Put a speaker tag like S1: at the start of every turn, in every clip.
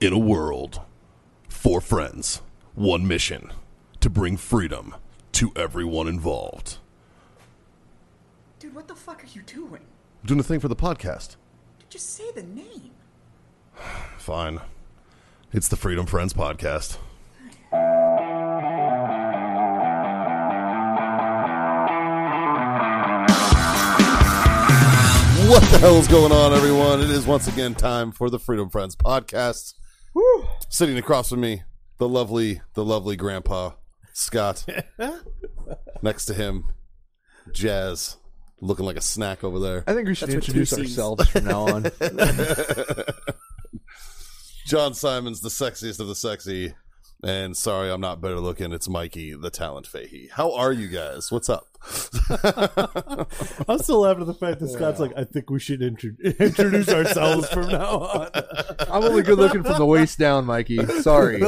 S1: In a world, four friends, one mission to bring freedom to everyone involved.
S2: Dude, what the fuck are you doing?
S1: Doing a thing for the podcast.
S2: Dude, just say the name.
S1: Fine. It's the Freedom Friends podcast. What the hell is going on, everyone? It is once again time for the Freedom Friends podcast. Sitting across from me, the lovely, the lovely grandpa, Scott. Next to him, Jazz, looking like a snack over there.
S3: I think we should
S2: That's what
S3: introduce
S2: two Cs.
S3: ourselves from now on.
S1: John Simon's the sexiest of the sexy. And sorry, I'm not better looking. It's Mikey, the talent Fahey. How are you guys? What's up?
S4: I'm still laughing at the fact that Scott's like, I think we should intro- introduce ourselves from now on.
S3: I'm only good looking from the waist down, Mikey. Sorry.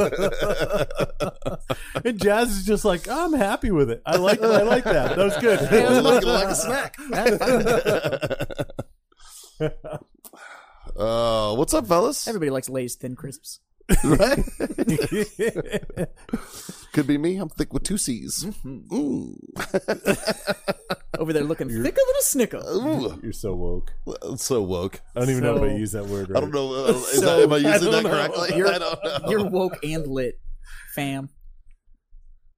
S4: And Jazz is just like, I'm happy with it. I like I like that. That was good.
S1: looking like a snack. uh, what's up, fellas?
S2: Everybody likes Lay's Thin Crisps.
S1: Right? Could be me. I'm thick with two C's.
S4: Mm-hmm.
S1: Ooh.
S2: Over there looking thicker than a snicker.
S1: Ooh.
S4: You're so woke.
S1: I'm so woke.
S4: I don't even know if I
S2: So-
S4: use that word right.
S1: I don't know. uh, Is
S2: So-
S1: that, am I using
S4: I
S1: that
S4: don't know.
S1: correctly? I don't know.
S2: You're woke and lit, fam.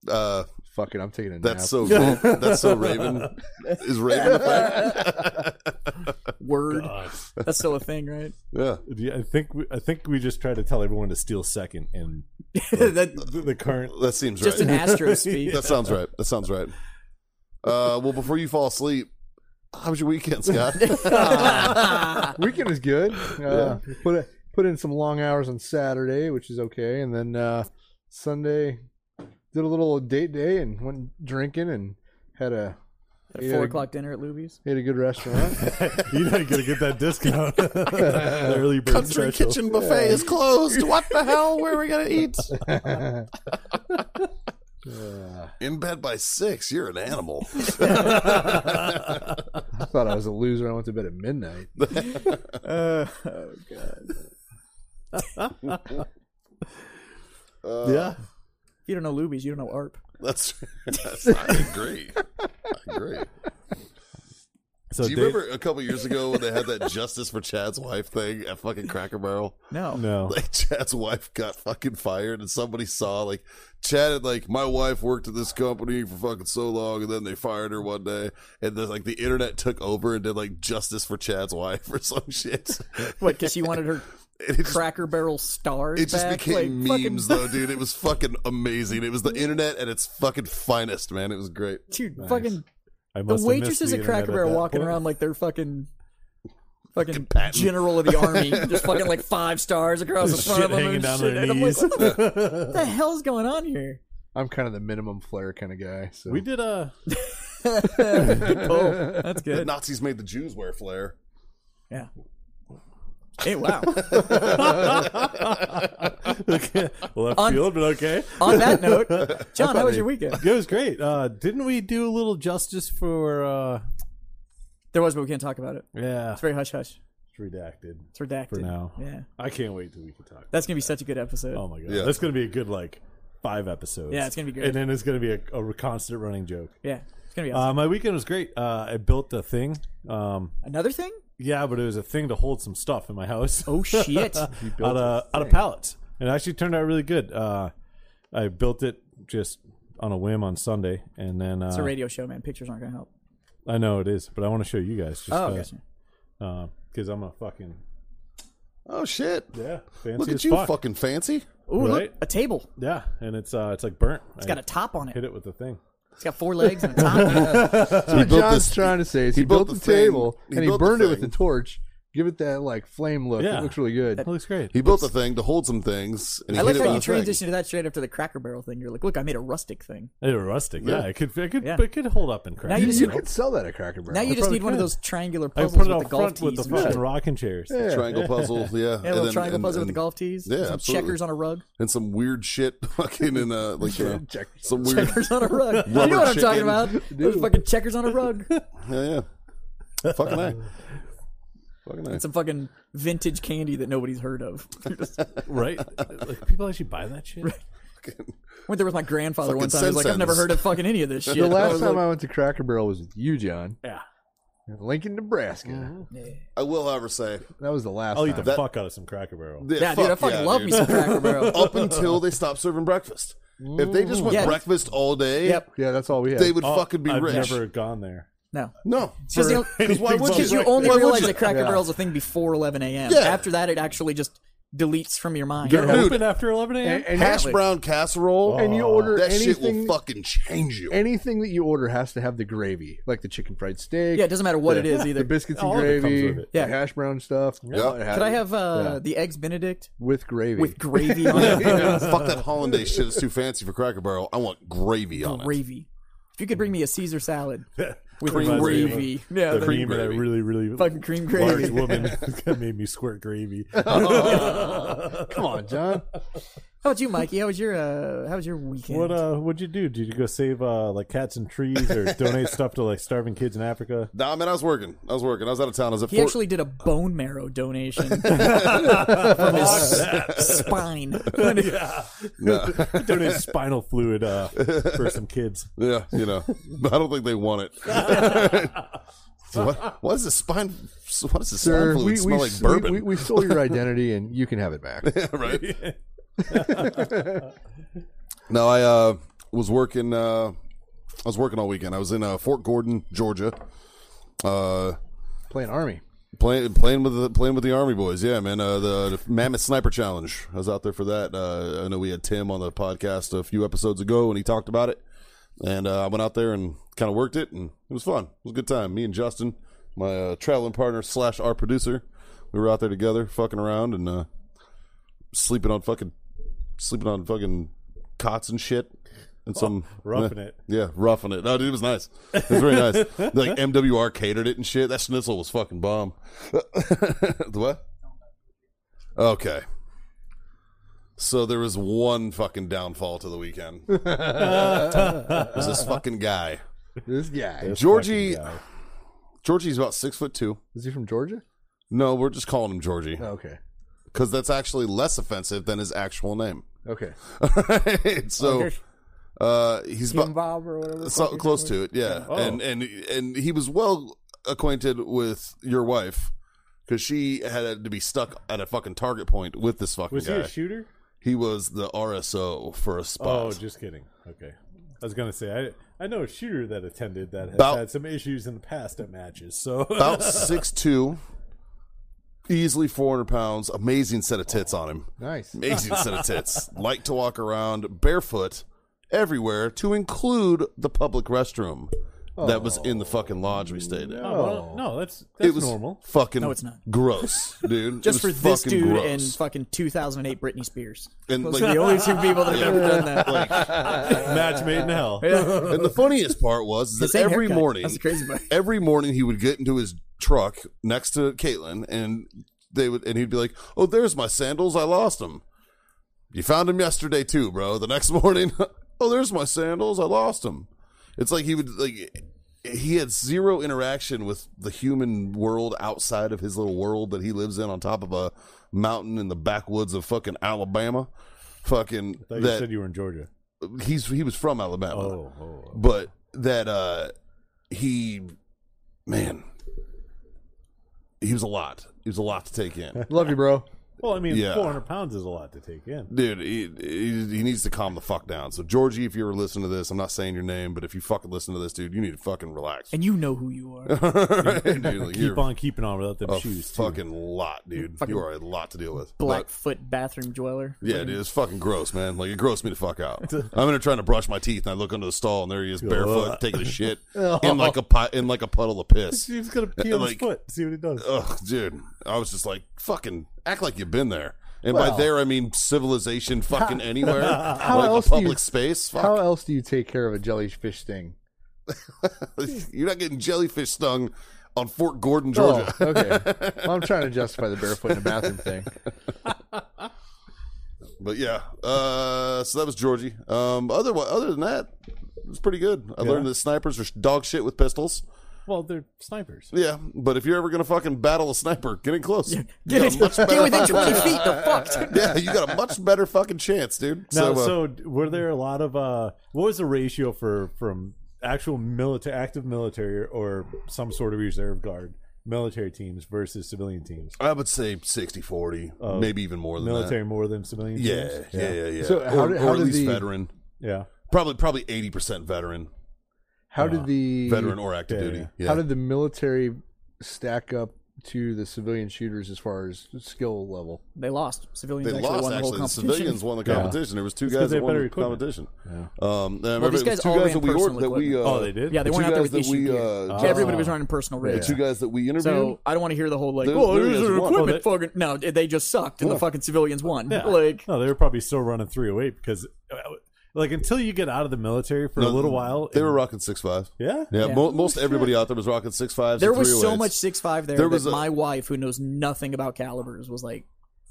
S1: Uh,
S3: Fuck it, I'm taking a
S1: that's
S3: nap.
S1: so. That's so Raven. Is Raven a fan?
S2: Word.
S4: God.
S2: That's still a thing, right?
S1: Yeah.
S4: Yeah, I think we, I think we just try to tell everyone to steal second and
S2: that,
S4: the, the current.
S1: That seems
S2: just
S1: right.
S2: an astro speak.
S1: that sounds right. That sounds right. Uh, well, before you fall asleep, how was your weekend, Scott?
S3: Weekend is good. Uh, Put a, put in some long hours on Saturday, which is okay, and then uh, Sunday did a little date day and went drinking and had a
S2: At a four o'clock dinner at Luby's.
S3: ate a good restaurant.
S4: You're not gonna get that discount. The early bird
S1: Country
S4: special.
S1: kitchen buffet is closed. What the hell? Where are we gonna eat? In bed by six. You're an animal.
S3: I thought I was a loser. I went to bed at midnight.
S2: Oh god.
S1: Uh,
S4: Yeah.
S2: If you don't know Luby's, you don't know ARP.
S1: That's. that's I agree. I agree.
S4: So
S1: Do you
S4: Dave-
S1: remember a couple years ago when they had that justice for Chad's wife thing at fucking Cracker Barrel?
S2: No.
S4: No.
S1: Like Chad's wife got fucking fired, and somebody saw like Chad had like my wife worked at this company for fucking so long, and then they fired her one day, and then like the internet took over and did like justice for Chad's wife or some shit.
S2: What? Because she wanted her
S1: And it just,
S2: Cracker Barrel stars
S1: it just
S2: back.
S1: became
S2: like, fucking-
S1: memes though, dude. It was fucking amazing. It was the internet at its fucking finest, man. It was great.
S2: Dude, fucking
S4: I
S2: the
S4: must have missed
S2: waitresses
S4: the
S2: at Cracker
S4: internet
S2: Barrel
S4: that
S2: walking
S4: point.
S2: around like they're fucking
S1: Fucking
S2: fucking
S1: Patton.
S2: general of the army, just fucking like five stars across the
S4: Shit
S2: front of them
S4: hanging
S2: and
S4: down
S2: shit.
S4: their
S2: and I'm like,
S4: knees.
S2: what the, what the hell's going on here?
S3: I'm kind of the minimum flair kind of guy. So
S4: We did a
S2: Oh,
S1: The
S2: that's good.
S1: Nazis made the Jews wear flair.
S2: Yeah. Hey, wow.
S4: left
S2: On-
S4: field, but okay.
S2: on that note, John, how was your weekend?
S4: It was great. Uh, didn't we do a little justice for? Uh,
S2: There was, but we can't talk about it.
S4: yeah,
S2: It's very hush hush.
S4: it's redacted.
S2: It's redacted.
S4: For now.
S2: Yeah.
S4: I can't wait till we can talk.
S2: That's going to be such a good episode.
S4: Oh my god,
S1: Yeah.
S4: that's gonna be a good like five episodes.
S2: Yeah, it's gonna be good.
S4: and then it's gonna be a, a constant running joke.
S2: Yeah. It's going to be awesome.
S4: Uh, my weekend was great. Uh, I built a thing. Um,
S2: Another thing?
S4: yeah, but it was a thing to hold some stuff in my house.
S2: Oh, shit.
S4: out of out of pallets, and it actually turned out really good. Uh, I built it just on a whim on Sunday, and then uh,
S2: It's a radio show, man. Pictures aren't going to help.
S4: I know it is, but I want to show you guys just
S2: Oh,
S4: because
S2: gotcha.
S4: I'm a fucking
S1: Oh shit!
S4: yeah fancy
S1: Look
S4: as
S1: at you,
S4: fuck.
S1: fucking fancy.
S2: Ooh, look.
S4: Right?
S2: A table.
S4: yeah, and it's uh it's like burnt.
S2: It's got a top on it.
S4: hit it with the thing.
S2: It's got four legs and a top.
S1: He
S3: what
S1: built
S3: John's
S1: this-
S3: trying to say is
S1: he
S3: he,
S1: built
S3: built,
S1: the
S3: the
S1: thing.
S3: table
S1: He
S3: and he
S1: built the
S3: burned it with
S1: thing.
S3: a torch. Give it that like flame look.
S4: Yeah.
S3: It looks really good.
S4: It looks great.
S1: He built a thing to hold some things, and he
S2: I like
S1: hit it
S2: how you
S1: with a thing.
S2: transitioned to that straight after the Cracker Barrel thing. You're like, look, I made a rustic thing.
S4: It was rustic. Yeah, it could it could
S2: Yeah.
S4: it could hold up and crack.
S2: Now
S3: You,
S2: you just-
S3: you could sell that at Cracker Barrel.
S2: Now you just
S4: probably
S2: need one of
S4: can.
S2: those triangular
S4: I
S2: puzzles
S4: put it
S2: with
S4: out
S2: the golf
S4: front with
S2: tees.
S4: the
S2: and
S4: fucking
S2: shit.
S4: rocking chairs.
S3: Yeah.
S1: triangle puzzle, yeah,
S2: Yeah, a little triangle puzzle with the golf tees.
S1: yeah,
S2: some
S1: absolutely.
S2: checkers on a rug.
S1: and some weird shit fucking in uh like you know,
S3: Check-
S1: some weird
S2: Checkers on a rug. you know what I'm talking
S1: chicken.
S2: about? Those fucking checkers on a rug.
S1: yeah yeah fucking that. Fucking
S2: It's
S1: nice.
S2: some fucking vintage candy that nobody's heard of.
S4: right? Like people actually buy that shit.
S2: Went there with my grandfather
S1: Fucking
S2: one time. He's like, I've
S1: Simpsons.
S2: never heard of fucking any of this shit.
S3: The
S2: I
S3: last
S2: was
S3: time
S2: like,
S3: I went to Cracker Barrel was with you, John,
S4: Yeah,
S3: in Lincoln, Nebraska.
S2: Mm-hmm.
S1: I will, however, say,
S3: That was the last.
S4: I'll eat the
S3: time.
S4: fuck out of some Cracker Barrel.
S2: yeah, dude, I
S1: fuck
S2: fucking
S1: yeah,
S2: love
S1: dude.
S2: me some Cracker Barrel.
S1: Up until they stopped serving breakfast. If they just went
S2: Yes.
S1: breakfast all day,
S2: Yep.
S3: yeah, that's all we had.
S1: they would
S4: Oh,
S1: fucking be
S4: I've
S1: rich.
S4: never gone there.
S2: No.
S1: No,
S2: Because you,
S1: because why would
S2: because you
S1: Right.
S2: only
S1: Why would
S2: realize
S1: you?
S2: that Cracker
S3: Yeah.
S2: Barrel's a thing before 11 a.m.
S1: Yeah.
S2: After that, it actually just deletes from your mind.
S4: They're
S1: Dude.
S4: open after 11 a.m.
S3: and, and-
S1: hash
S2: Exactly.
S1: brown casserole.
S3: and you order
S1: that shit will
S3: anything.
S1: fucking change you.
S3: anything that you order has to have the gravy, like the chicken fried steak.
S2: Yeah, it doesn't matter what it is
S3: the
S2: either.
S3: biscuits and
S4: All of it comes
S3: gravy,
S4: with it.
S3: the
S2: Yeah.
S3: hash brown stuff. all it had
S2: Could I have uh,
S3: Yeah.
S2: the eggs Benedict
S3: with gravy?
S2: with gravy on it?
S1: Fuck that hollandaise shit. It's too fancy for Cracker Barrel. I want gravy on it.
S2: gravy. If you could bring me a Caesar salad with
S1: Cream
S2: gravy,
S1: gravy.
S2: yeah,
S4: the
S2: the
S4: cream of that
S1: gravy.
S4: really, really
S2: fucking cream
S4: large
S2: gravy.
S4: woman that made me squirt gravy.
S3: Come on, John.
S2: How about you, Mikey? How was your uh, How was your weekend?
S4: What uh? What'd you do? Did you go save uh like cats and trees or donate stuff to like starving kids in Africa?
S1: Nah, man, I was working. I was working. I was out of town. I was at
S2: he
S1: Fort-
S2: actually did a bone marrow donation from his s- spine.
S4: Donate spinal fluid uh for some kids.
S1: Yeah, you know, but I don't think they want it. So what, what is the spine? so What does the spine
S3: Sir,
S1: fluid
S3: we,
S1: smell
S3: we,
S1: like?
S3: we-
S1: Bourbon,
S3: we- we stole your identity, and you can have it back.
S1: right? no, I uh, was working. Uh, I was working all weekend. I was in uh, Fort Gordon, Georgia, uh,
S3: Playing army.
S1: playing playing with the playing with the Army boys. Yeah, man. Uh, the, the Mammoth Sniper Challenge. I was out there for that. Uh, I know we had Tim on the podcast a few episodes ago, and he talked about it. And uh, I went out there and kind of worked it, and it was fun. It was a good time. Me and Justin, my uh, traveling partner slash our producer, we were out there together, fucking around and uh, sleeping on fucking sleeping on fucking cots and shit. And some
S4: Oh, Roughing
S1: yeah,
S4: it.
S1: yeah, roughing it. No, dude, it was nice. It was very nice. like MWR catered it and shit. That schnitzel was fucking bomb. The what? Okay. So there was one fucking downfall to the weekend. it was this fucking guy.
S3: This guy
S1: Georgie Georgie's about six foot two.
S3: is he from Georgia?
S1: No, we're just calling him Georgie.
S3: Oh, okay,
S1: Because that's actually less offensive than his actual name.
S3: okay.
S1: so uh, he's about
S2: Bob or whatever. the
S1: so
S2: fuck
S1: close to it, yeah.
S4: Oh.
S1: And and and he was well acquainted with your wife because she had to be stuck at a fucking target point with this fucking
S4: Was
S1: guy.
S4: he
S1: He,
S4: a shooter?
S1: was the RSO for a spot.
S4: Oh, just kidding. Okay, I was gonna say I I know a shooter that attended that has
S1: About-
S4: had some issues in the past at matches. So
S1: About six two, easily four hundred pounds. Amazing set of tits on him.
S3: Nice.
S1: Amazing set of tits. Like to walk around barefoot everywhere, to include the public restroom that was in the fucking lodge we stayed in.
S4: Oh, well, no, that's
S1: It
S4: that's
S1: was
S4: normal.
S1: fucking
S2: No, it's not.
S1: gross, dude.
S2: Just
S1: It
S2: for
S1: was
S2: this
S1: fucking
S2: dude
S1: gross.
S2: and fucking 2008 Britney Spears.
S1: And,
S2: Those
S1: like-
S2: are the only two people that have ever done that.
S4: Match made in hell.
S1: And the funniest part was is
S2: The
S1: that
S2: same
S1: every
S2: haircut.
S1: morning,
S2: That's the crazy part.
S1: every morning he would get into his truck next to Caitlin, and they would, and he'd be like, "Oh, there's my sandals. I lost them. You found them yesterday too, bro." The next morning, "Oh, there's my sandals. I lost them." It's like he would like he had zero interaction with the human world outside of his little world that he lives in on top of a mountain in the backwoods of fucking Alabama. Fucking
S4: I thought you
S1: that
S4: said you were in Georgia.
S1: he's he was from Alabama
S4: Oh, oh,
S1: but that uh he man he was a lot he was a lot to take in
S3: Love you, bro.
S4: well, I mean,
S1: Yeah.
S4: 400 pounds is a lot to take in.
S1: dude he, he, he needs to calm the fuck down so georgie if you were listening to this i'm not saying your name but if you fucking listen to this dude you need to fucking relax
S2: And you know who you are.
S1: Right? Dude, like,
S4: Keep
S1: you're
S4: on keeping on without them
S1: a
S4: shoes. Too.
S1: fucking lot dude you are a lot to deal with But-
S2: Blackfoot bathroom dweller.
S1: yeah, dude, it's fucking gross, man. Like it grossed me to fuck out. I'm in there trying to brush my teeth, and I look under the stall, and there he is, barefoot, taking a shit in like a pi- in like a puddle of piss.
S4: He's gonna pee on
S1: Uh, Like-
S4: his foot. See what he does.
S1: Ugh, dude. I was just like, fucking act like you've been there. And by there, I mean civilization fucking anywhere.
S3: how
S1: Uh, like
S3: else
S1: a
S3: do you-
S1: public space. Fuck.
S3: How else do you take care of a jellyfish sting?
S1: You're not getting jellyfish stung on Fort Gordon, Georgia.
S3: Oh, okay. Well, I'm trying to justify the barefoot in the bathroom thing.
S1: But yeah. Uh, so that was Georgie. Um, other, other than that, it was pretty good. I learned that snipers are dog shit with pistols.
S4: Well, they're snipers.
S1: Yeah, but if you're ever gonna fucking battle a sniper, get in close.
S2: Get, it, get within 20 feet. The fuck?
S1: yeah, you got a much better fucking chance, dude.
S4: Now,
S1: uh,
S4: so, d were there a lot of uh, what was the ratio for from actual military, active military, or some sort of reserve guard military teams versus civilian teams?
S1: I would say 60 40,
S3: Oh.
S1: maybe even more than
S4: Military more than civilian
S1: that. Yeah,
S4: teams.
S1: yeah, yeah, yeah.
S3: So how
S1: or,
S3: did-
S1: or
S3: how
S1: at
S3: did
S1: least
S3: the-
S1: veteran.
S4: yeah.
S1: Probably probably 80% veteran,
S3: How did the
S1: Uh, veteran or active duty. Yeah.
S3: How did the military stack up to the civilian shooters as far as skill level?
S2: They lost. Civilians
S1: they
S2: actually
S1: lost
S2: won the whole
S1: actually. The
S2: competition.
S1: civilians won the competition. There was two guys that
S4: they had
S1: won the
S4: better equipment.
S1: competition. Um, I remember
S2: these
S1: it was
S2: guys
S1: two
S2: all
S1: guys
S2: ran
S1: that we ordered
S2: personal
S1: that we uh,
S4: Oh, they did.
S2: Yeah, they
S1: The
S2: weren't
S1: two
S2: out there
S1: guys
S2: with
S1: that
S2: issue
S1: we,
S2: gear.
S1: uh,
S2: Oh, Yeah, Everybody was running personal
S1: the
S2: rigs.
S1: two guys that we interviewed.
S2: So I don't want to hear the whole like,
S1: There-
S2: oh,
S1: there
S2: there's
S1: is
S2: an
S1: one. Well,
S2: equipment fucking. No, they just sucked, and the fucking civilians won.
S4: Yeah.
S2: Like,
S4: no, they were probably still running 308 because, uh, like, until you get out of the military for a
S1: No,
S4: little while,
S1: they were
S4: and-
S1: rocking six five.
S4: yeah,
S1: Yeah,
S2: Yeah.
S1: mo- most everybody out there was rocking six fives.
S2: there
S1: and
S2: was so
S1: 308s.
S2: much six five there,
S1: There
S2: that
S1: was a-
S2: my wife, who knows nothing about calibers, was like,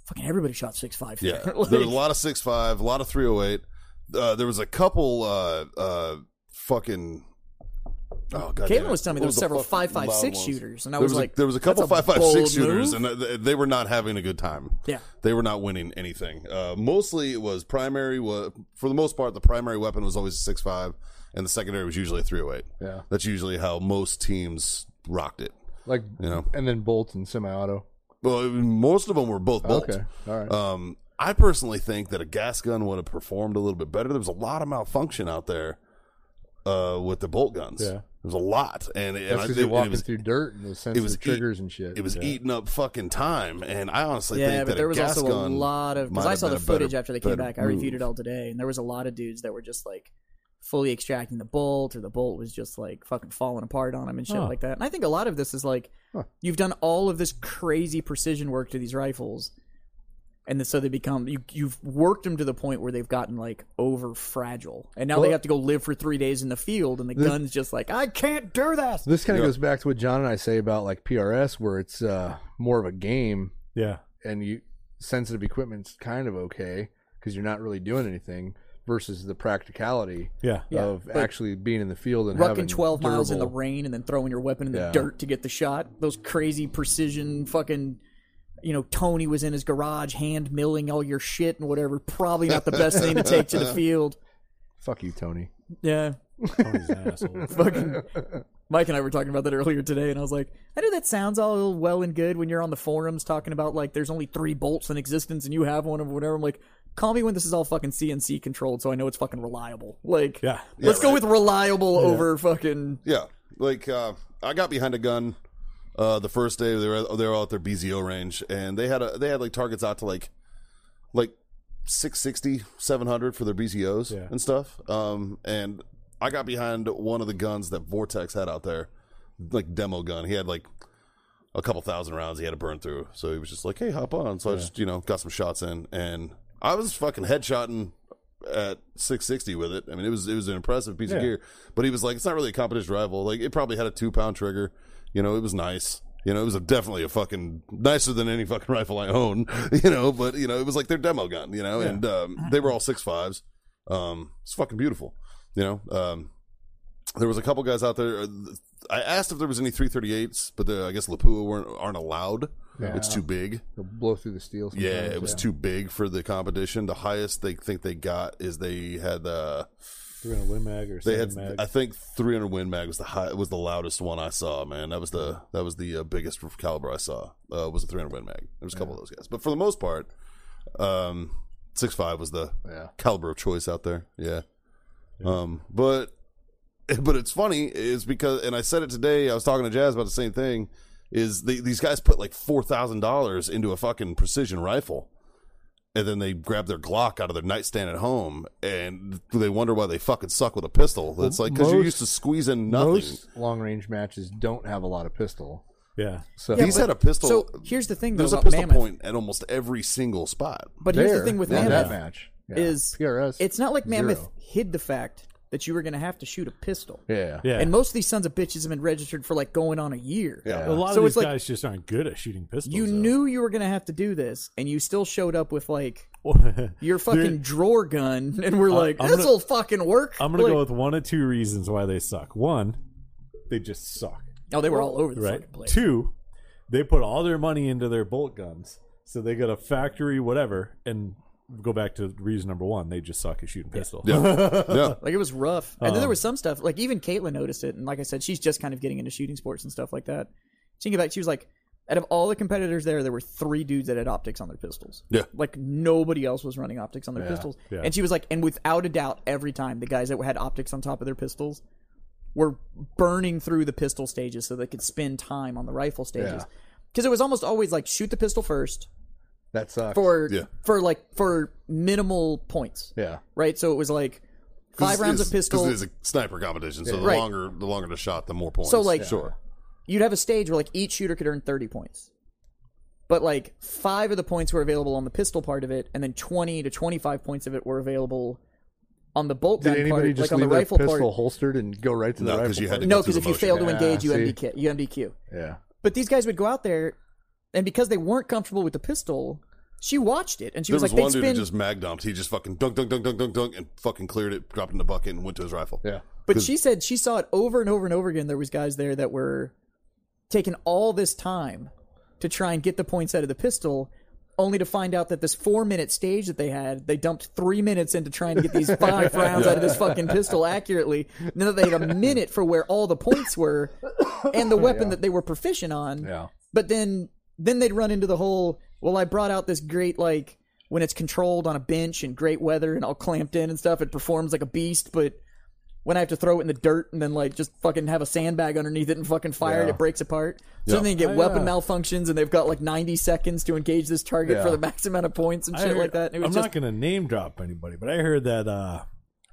S2: fucking everybody shot six five.
S1: Yeah, there
S2: there.
S1: was a lot of six five, a lot of three hundred eight. Uh, there was a couple. Uh, uh, fucking. Oh god. damn
S2: Caitlin
S1: it.
S2: was telling me
S1: What
S2: there were
S1: the
S2: several
S1: fucking
S2: five five
S1: loud
S2: six
S1: ones?
S2: shooters, and I
S1: There
S2: was,
S1: was a,
S2: like,
S1: there was a couple
S2: that's
S1: five
S2: a
S1: five
S2: bold
S1: six shooters,
S2: move.
S1: and uh, they were not having a good time.
S2: yeah,
S1: They were not winning anything. Uh, mostly, it was primary. Was for the most part, the primary weapon was always a six five, and the secondary was usually a three hundred eight.
S3: Yeah.
S1: That's usually how most teams rocked it.
S3: Like
S1: You know,
S3: and then bolt and semi-auto.
S1: well, most of them were both bolt.
S3: Oh, Okay, all right.
S1: Um, I personally think that a gas gun would have performed a little bit better. There was a lot of malfunction out there uh, with the bolt guns.
S4: Yeah.
S1: there was a lot, and, and
S3: That's
S1: I,
S3: because
S1: it,
S3: you're
S1: and
S3: walking
S1: it was,
S3: through dirt and the sense
S1: was e-
S3: of triggers and shit.
S1: it was e- eating up fucking time. And I honestly
S2: yeah.
S1: think
S2: But
S1: that
S2: there
S1: a
S2: was
S1: gas
S2: also a
S1: gun
S2: lot of
S1: might
S2: because I
S1: have
S2: saw
S1: been
S2: the
S1: a better-
S2: footed after they came
S1: better
S2: back. I reviewed it
S1: move.
S2: all today, and there was a lot of dudes that were just like fully extracting the bolt, or the bolt was just like fucking falling apart on them and shit
S4: Huh.
S2: like that. And I think a lot of this is like you've done all of this crazy precision work to these rifles. And then, so they become you. You've worked them to the point where they've gotten like over fragile, and now they
S3: Well-
S2: have to go live for three days in the field, and the gun's just like, I can't do this.
S3: This kind of goes back to what John and I say about like PRS, where it's uh, more of a game
S4: yeah.
S3: and you sensitive equipment's kind of okay because you're not really doing anything versus the practicality
S4: Yeah.
S3: of
S2: but
S3: actually being in the field and
S2: rucking
S3: having
S2: 12 miles in the
S3: durable-
S2: rain and then throwing your weapon in the
S3: Yeah.
S2: dirt to get the shot. Those crazy precision fucking, you know, Tony was in his garage hand milling all your shit and whatever. Probably not the best thing to take to the field.
S3: Fuck you, Tony.
S2: Yeah.
S4: Tony's an asshole.
S2: Fucking. Mike and I were talking about that earlier today, and I was like, I know that sounds all well and good when you're on the forums talking about, like, there's only three bolts in existence and you have one or whatever. I'm like, call me when this is all fucking CNC controlled so I know it's fucking reliable. Like,
S4: Yeah.
S2: let's go with reliable over fucking.
S1: Yeah, like uh, I got behind a gun uh, the first day they were they were out at their BZO range, and they had a they had like targets out to like like 660, 700 for their BZOs
S4: Yeah.
S1: and stuff. Um, and I got behind one of the guns that Vortex had out there, like demo gun. He had like a couple thousand rounds he had to burn through, so he was just like, "Hey, hop on." So I just you know got some shots in, and I was fucking headshotting at 660 with it. I mean, it was it was an impressive piece of
S4: Yeah.
S1: gear. But he was like, it's not really a competition rifle. Like it probably had a two pound trigger. You know, it was nice. You know, it was a, definitely a fucking nicer than any fucking rifle I own. You know, but you know, it was like their demo gun. You know, and um, they were all six fives. Um, it's fucking beautiful. You know, um, there was a couple guys out there. uh, th- I asked if there was any 338s, but the, I guess Lapua weren't aren't allowed. It's too big.
S3: They'll blow through the steel.
S1: Yeah,
S3: sometimes,
S1: it was too big for the competition. The highest they think they got is they had uh
S4: We're gonna win mag or
S1: they had
S4: something mag.
S1: I think 300 Win Mag was the high was the loudest one I saw. Man, that was the that was the uh, biggest caliber I saw. Uh, was a 300 Win Mag. There was a couple of those guys, but for the most part, um, six five was the
S3: Yeah.
S1: caliber of choice out there. Yeah. Um, but but it's funny is because and I said it today. I was talking to Jazz about the same thing. Is the, these guys put like four thousand dollars into a fucking precision rifle, and then they grab their Glock out of their nightstand at home, and they wonder why they fucking suck with a pistol. That's like because you're
S3: Most-
S1: used to squeezing nothing.
S3: Most long range matches don't have a lot of pistol.
S4: yeah.
S3: So
S1: These had a pistol.
S2: So here's the thing, though,
S1: there's a
S2: about
S1: pistol
S2: Mammoth.
S1: point at almost every single spot.
S2: But
S3: there,
S2: here's the thing with
S3: not that
S2: Mammoth.
S3: match Yeah.
S2: is
S3: PRS.
S2: It's not like
S3: zero.
S2: Mammoth hid the fact that you were going to have to shoot a pistol.
S3: Yeah.
S4: Yeah.
S2: And most of these sons of bitches have been registered for like going on a year.
S4: a lot
S2: So
S4: of
S2: it's
S4: these
S2: like-
S4: guys just aren't good at shooting pistols.
S2: You
S4: though.
S2: knew you were going to have to do this, and you still showed up with like your fucking drawer gun, and we're like,
S4: I'm gonna-
S2: this will fucking work.
S4: I'm gonna
S2: Like,
S4: go with one of two reasons why they suck. One, they just suck.
S2: Oh, they were all over the fucking
S4: right?
S2: place.
S4: Two, they put all their money into their bolt guns, so they got a factory whatever. And go back to reason number one, they just suck at shooting pistol.
S1: yeah.
S2: Like it was rough. And then
S1: Uh-huh.
S2: there was some stuff, like even Caitlin noticed it. And like I said, she's just kind of getting into shooting sports and stuff like that. She came back, she was like, out of all the competitors there, there were three dudes that had optics on their pistols.
S1: Yeah.
S2: Like nobody else was running optics on their pistols.
S4: yeah.
S2: And she was like, and without a doubt, every time the guys that had optics on top of their pistols were burning through the pistol stages so they could spend time on the rifle stages. Because it was almost always like shoot the pistol first
S3: That sucks.
S2: for
S1: Yeah.
S2: for like for minimal points.
S3: yeah.
S2: Right? So it was like five rounds of pistol.
S1: Because it is a sniper competition, so the
S2: Right.
S1: longer the longer the shot, the more points.
S2: So, like-
S1: sure,
S2: you'd have a stage where like each shooter could earn 30 points but like five of the points were available on the pistol part of it and then 20 to 25 points of it were available on the bolt
S3: Did
S2: gun
S3: anybody
S2: part
S3: just
S2: like on the
S3: leave their
S2: rifle
S3: pistol
S2: part
S3: holstered and go right to the
S1: no,
S3: rifle?
S1: because you had to
S2: no
S1: go through
S2: because
S1: the
S2: if
S1: motion.
S2: you fail to
S3: Yeah,
S2: engage you
S3: see.
S2: MDQ, you mdq
S3: Yeah.
S2: but these guys would go out there and because they weren't comfortable with the pistol she watched it and she
S1: There
S2: was,
S1: was,
S2: like
S1: one
S2: they'd
S1: dude
S2: spend
S1: who just mag dumped. He just fucking dunk, dunk, dunk, dunk, dunk, dunk, and fucking cleared it, dropped it in the bucket, and went to his rifle.
S3: Yeah.
S2: But she said she saw it over and over and over again. There was guys there that were taking all this time to try and get the points out of the pistol, only to find out that this four minute stage that they had, they dumped three minutes into trying to get these five rounds out of this fucking pistol accurately. And then they had a minute for where all the points were and the weapon that they were proficient on.
S3: Yeah.
S2: But then then they'd run into the whole well, I brought out this great like when it's controlled on a bench and great weather and all clamped in and stuff, it performs like a beast, but when I have to throw it in the dirt and then like just fucking have a sandbag underneath it and fucking fire it, it breaks apart. So then they get weapon malfunctions and they've got like ninety seconds to engage this target for
S3: Yeah.
S2: the max amount of points and
S4: I
S2: shit
S4: heard-
S2: like that. And it
S4: I'm
S2: was
S4: not
S2: just
S4: gonna name drop anybody, but I heard that uh,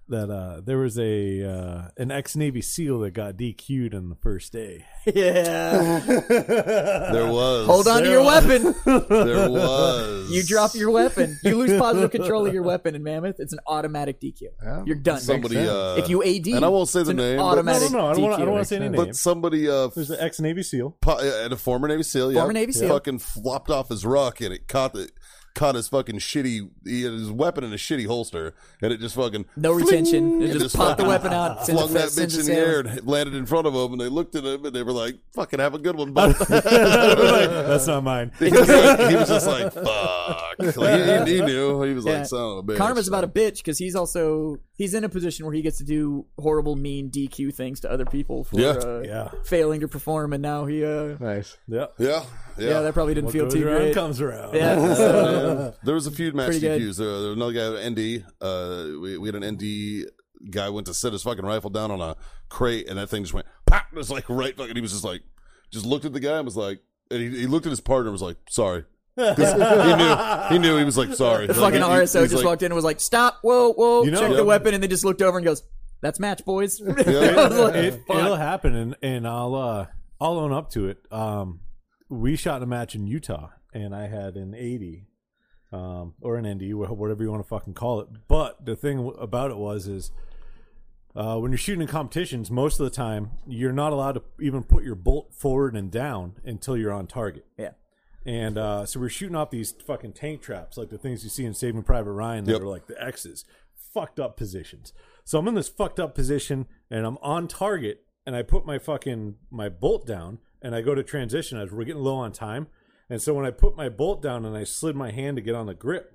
S4: that uh, there was a uh, an ex Navy SEAL that got DQ'd on the first day.
S2: yeah.
S1: There was.
S2: Hold on to your weapon.
S1: There was.
S2: You drop your weapon. You lose positive control of your weapon in Mammoth. It's an automatic DQ. You're done.
S1: somebody.
S3: sense.
S1: Uh,
S2: if you AD,
S1: and I won't say
S2: it's
S1: the
S2: an
S1: name, but-
S4: No,
S2: Automatic
S4: no, no. I don't want. I
S2: DQ.
S4: don't want to say any name.
S1: but somebody uh,
S4: There's an ex Navy SEAL.
S1: po- and a former Navy SEAL, yeah,
S2: Former Navy SEAL.
S1: fucking flopped off his ruck and it caught the caught his fucking shitty he had his weapon in a shitty holster and it just fucking
S2: No
S1: fling,
S2: retention. It
S1: and
S2: just popped the
S1: fucking
S2: weapon out, sends
S1: flung
S2: a
S1: that
S2: fist, sends
S1: bitch
S2: a
S1: in the air
S2: sailor.
S1: and landed in front of him and they looked at him and they were like fucking have a good one bud.
S4: That's not mine.
S1: he, was like, he was just like fuck like, he, he knew he was
S2: Yeah.
S1: like son of a bitch
S2: Karma's about a bitch because he's also he's in a position where he gets to do horrible, mean DQ things to other people for
S1: Yeah.
S2: uh,
S4: Yeah.
S2: failing to perform, and now he uh,
S3: Nice.
S4: Yeah.
S1: yeah yeah,
S2: yeah, that probably didn't
S4: What
S2: feel
S4: goes
S2: too
S4: around
S2: great.
S4: comes around.
S2: Yeah, so,
S1: There was a feud match
S2: Pretty good.
S1: DQs. There, there was another guy with ND. Uh, we, we had an ND guy went to set his fucking rifle down on a crate, and that thing just went pop. It was like right fucking. He was just like, just looked at the guy and was like, and he, he looked at his partner and was like, sorry. 'Cause he knew. He knew. He was like, sorry.
S2: the fucking RSO just walked in and was like, "Stop! Whoa, whoa!
S4: You know-
S2: check
S1: Yeah.
S2: the weapon," and then just looked over and goes, "That's match, boys."
S1: Yeah.
S4: it, it'll happen, and, and I'll uh, I'll own up to it. Um, we shot a match in Utah, and I had an eighty, um, or an ND, wh- whatever you want to fucking call it. But the thing w- about it was is. Uh, when you're shooting in competitions, most of the time you're not allowed to even put your bolt forward and down until you're on target.
S2: yeah,
S4: And uh, so we're shooting off these fucking tank traps, like the things you see in Saving Private Ryan that
S1: Yep.
S4: are like the X's, fucked up positions. So I'm in this fucked up position, and I'm on target, and I put my fucking my bolt down, and I go to transition as we're getting low on time. And so when I put my bolt down and I slid my hand to get on the grip,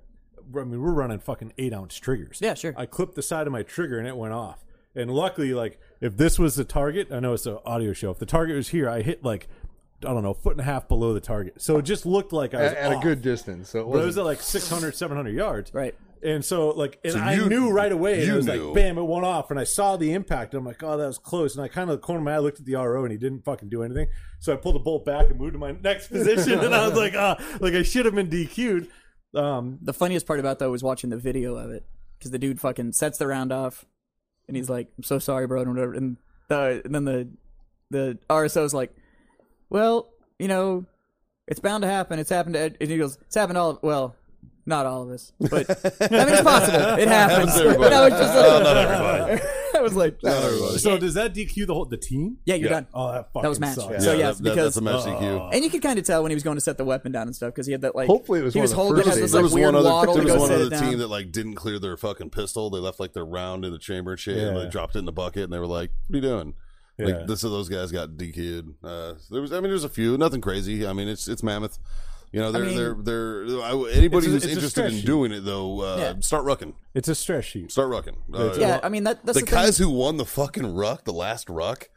S4: I mean we're running fucking eight ounce triggers.
S2: Yeah, sure.
S4: I clipped the side of my trigger and it went off. And luckily, like if this was the target, I know it's an audio show. If the target was here, I hit like I don't know, foot and a half below the target. So it just looked like I was
S3: At, at a
S4: off.
S3: good distance. So it
S4: But it was
S3: wasn't.
S4: at like 600, 700 yards.
S2: Right.
S4: And so, like, and
S1: So
S4: I
S1: you-
S4: knew right away. And
S1: you
S4: it was
S1: knew.
S4: like, bam, it went off. And I saw the impact. And I'm like, oh, that was close. And I kind of, the corner of my eye, looked at the RO and he didn't fucking do anything. So I pulled the bolt back and moved to my next position. and I was like, ah, like I should have been DQ'd. Um,
S2: The funniest part about that was watching the video of it because the dude fucking sets the round off, and he's like, "I'm so sorry, bro," and whatever. And, the, and then the the RSO's like, "Well, you know, it's bound to happen. It's happened to." Ed. And he goes, "It's happened to all. Of, well, not all of us, but I mean, it's possible. It happens."
S1: Happens to everybody.
S2: And I was just like,
S1: Oh, not everybody.
S2: I was like,
S4: so does that DQ the whole the team?
S2: "Yeah, you're done."
S4: Oh, that fucking
S2: That was match.
S4: sucks.
S2: So
S1: Yeah,
S2: yeah,
S1: that-
S2: it's
S1: that-
S2: because
S1: that's a match DQ.
S2: and you could kind of tell when he was going to set the weapon down and stuff because he had that like.
S3: Hopefully it was
S2: he
S3: one
S2: was
S3: of the
S2: holding
S3: first
S2: it
S3: days.
S2: as
S1: there
S2: like
S1: was
S2: weird
S1: one other.
S2: waddle
S1: There
S2: to
S1: was
S2: go
S1: one
S2: set
S1: other
S2: it down.
S1: team that like didn't clear their fucking pistol. They left like their round in the chamber and shit, and
S4: Yeah.
S1: they dropped it in the bucket, and they were like, "What are you doing?"
S4: Yeah.
S1: Like this, so those guys got DQ'd. Uh, there was, I mean, there's a few, nothing crazy. I mean, it's it's mammoth. You know, they're
S2: mean-
S1: they're they're I, anybody
S4: It's a-
S1: who's
S4: it's a
S1: interested in
S4: stretch.
S1: doing it though, uh,
S2: Yeah.
S1: start rucking,
S4: It's a stress sheet.
S1: start rucking. Uh,
S4: It's a
S2: Yeah,
S4: lot-
S2: I mean that. That's
S1: the,
S2: the, thing.
S1: guys who won the fucking ruck, the last ruck,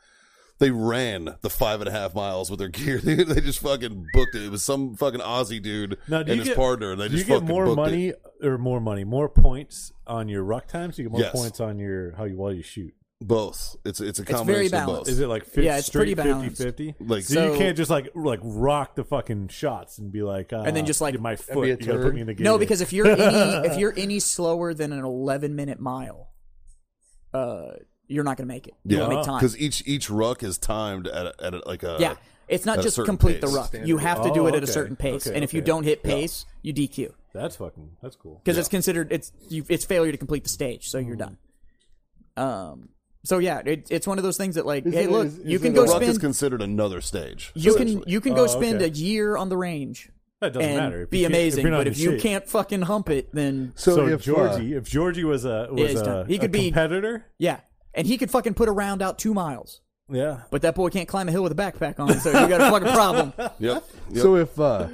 S1: they ran the five and a half miles with their gear. dude. they just fucking booked it. It was some fucking Aussie dude
S4: Now,
S1: and
S4: do you
S1: his
S4: get-
S1: partner, and they
S4: Do you
S1: just
S4: get
S1: fucking
S4: more
S1: booked
S4: money
S1: It.
S4: or more money, more points on your ruck times? You get more
S1: Yes.
S4: points on your how you while you shoot.
S1: Both. It's it's a
S2: very
S1: combination
S2: balanced.
S1: of
S4: Is
S1: both.
S4: it like 50,
S2: Yeah, it's
S4: straight
S2: pretty balanced.
S4: 50
S1: Like-
S4: so,
S2: So-
S4: you can't just like like rock the fucking shots and be like uh,
S2: And then just, like-
S4: my foot
S3: be a
S4: you gotta put
S3: turd.
S4: me in the game.
S2: No, because if you're any if you're any slower than an 11 minute mile, uh, you're not gonna make it. You're
S1: Yeah.
S2: gonna make time.
S1: because each each ruck is timed at a, at a, like
S4: uh,
S1: a
S2: yeah, it's
S1: at
S2: not
S1: a
S2: just
S1: certain
S2: complete the
S1: pace.
S2: ruck.
S3: Standard.
S2: You have to do
S4: Oh,
S2: it at a
S4: okay.
S2: certain pace,
S4: okay,
S2: and if you
S4: okay.
S2: don't hit pace, you DQ
S4: that's fucking that's cool.
S2: because it's considered it's you, it's failure to complete the stage, so you're
S4: Mm.
S2: done. Um. So yeah, it, it's one of those things that like,
S3: Is
S2: hey,
S3: it-
S2: look,
S3: is-
S2: you
S3: is
S2: can
S3: it
S2: go
S1: The ruck is
S2: spend
S1: considered another stage.
S2: you can
S1: essentially.
S2: you can go
S4: Oh,
S2: spend
S4: okay.
S2: a year on the range
S4: That doesn't
S2: and
S4: matter. If
S2: be
S4: you can't- if
S2: amazing,
S4: you're not
S2: but
S4: in
S2: if you
S4: shape.
S2: can't fucking hump it, then
S3: So,
S4: so
S3: if uh, Georgie,
S1: uh,
S4: Georgie, if Georgie was a
S2: Yeah,
S4: was
S2: he's
S4: a,
S2: done. He
S4: a
S2: could be-
S4: competitor,
S2: yeah. And he could fucking put a round out two miles.
S4: yeah,
S2: But that boy can't climb a hill with a backpack on, so you got a fucking problem.
S1: Yep. yep.
S3: so if uh,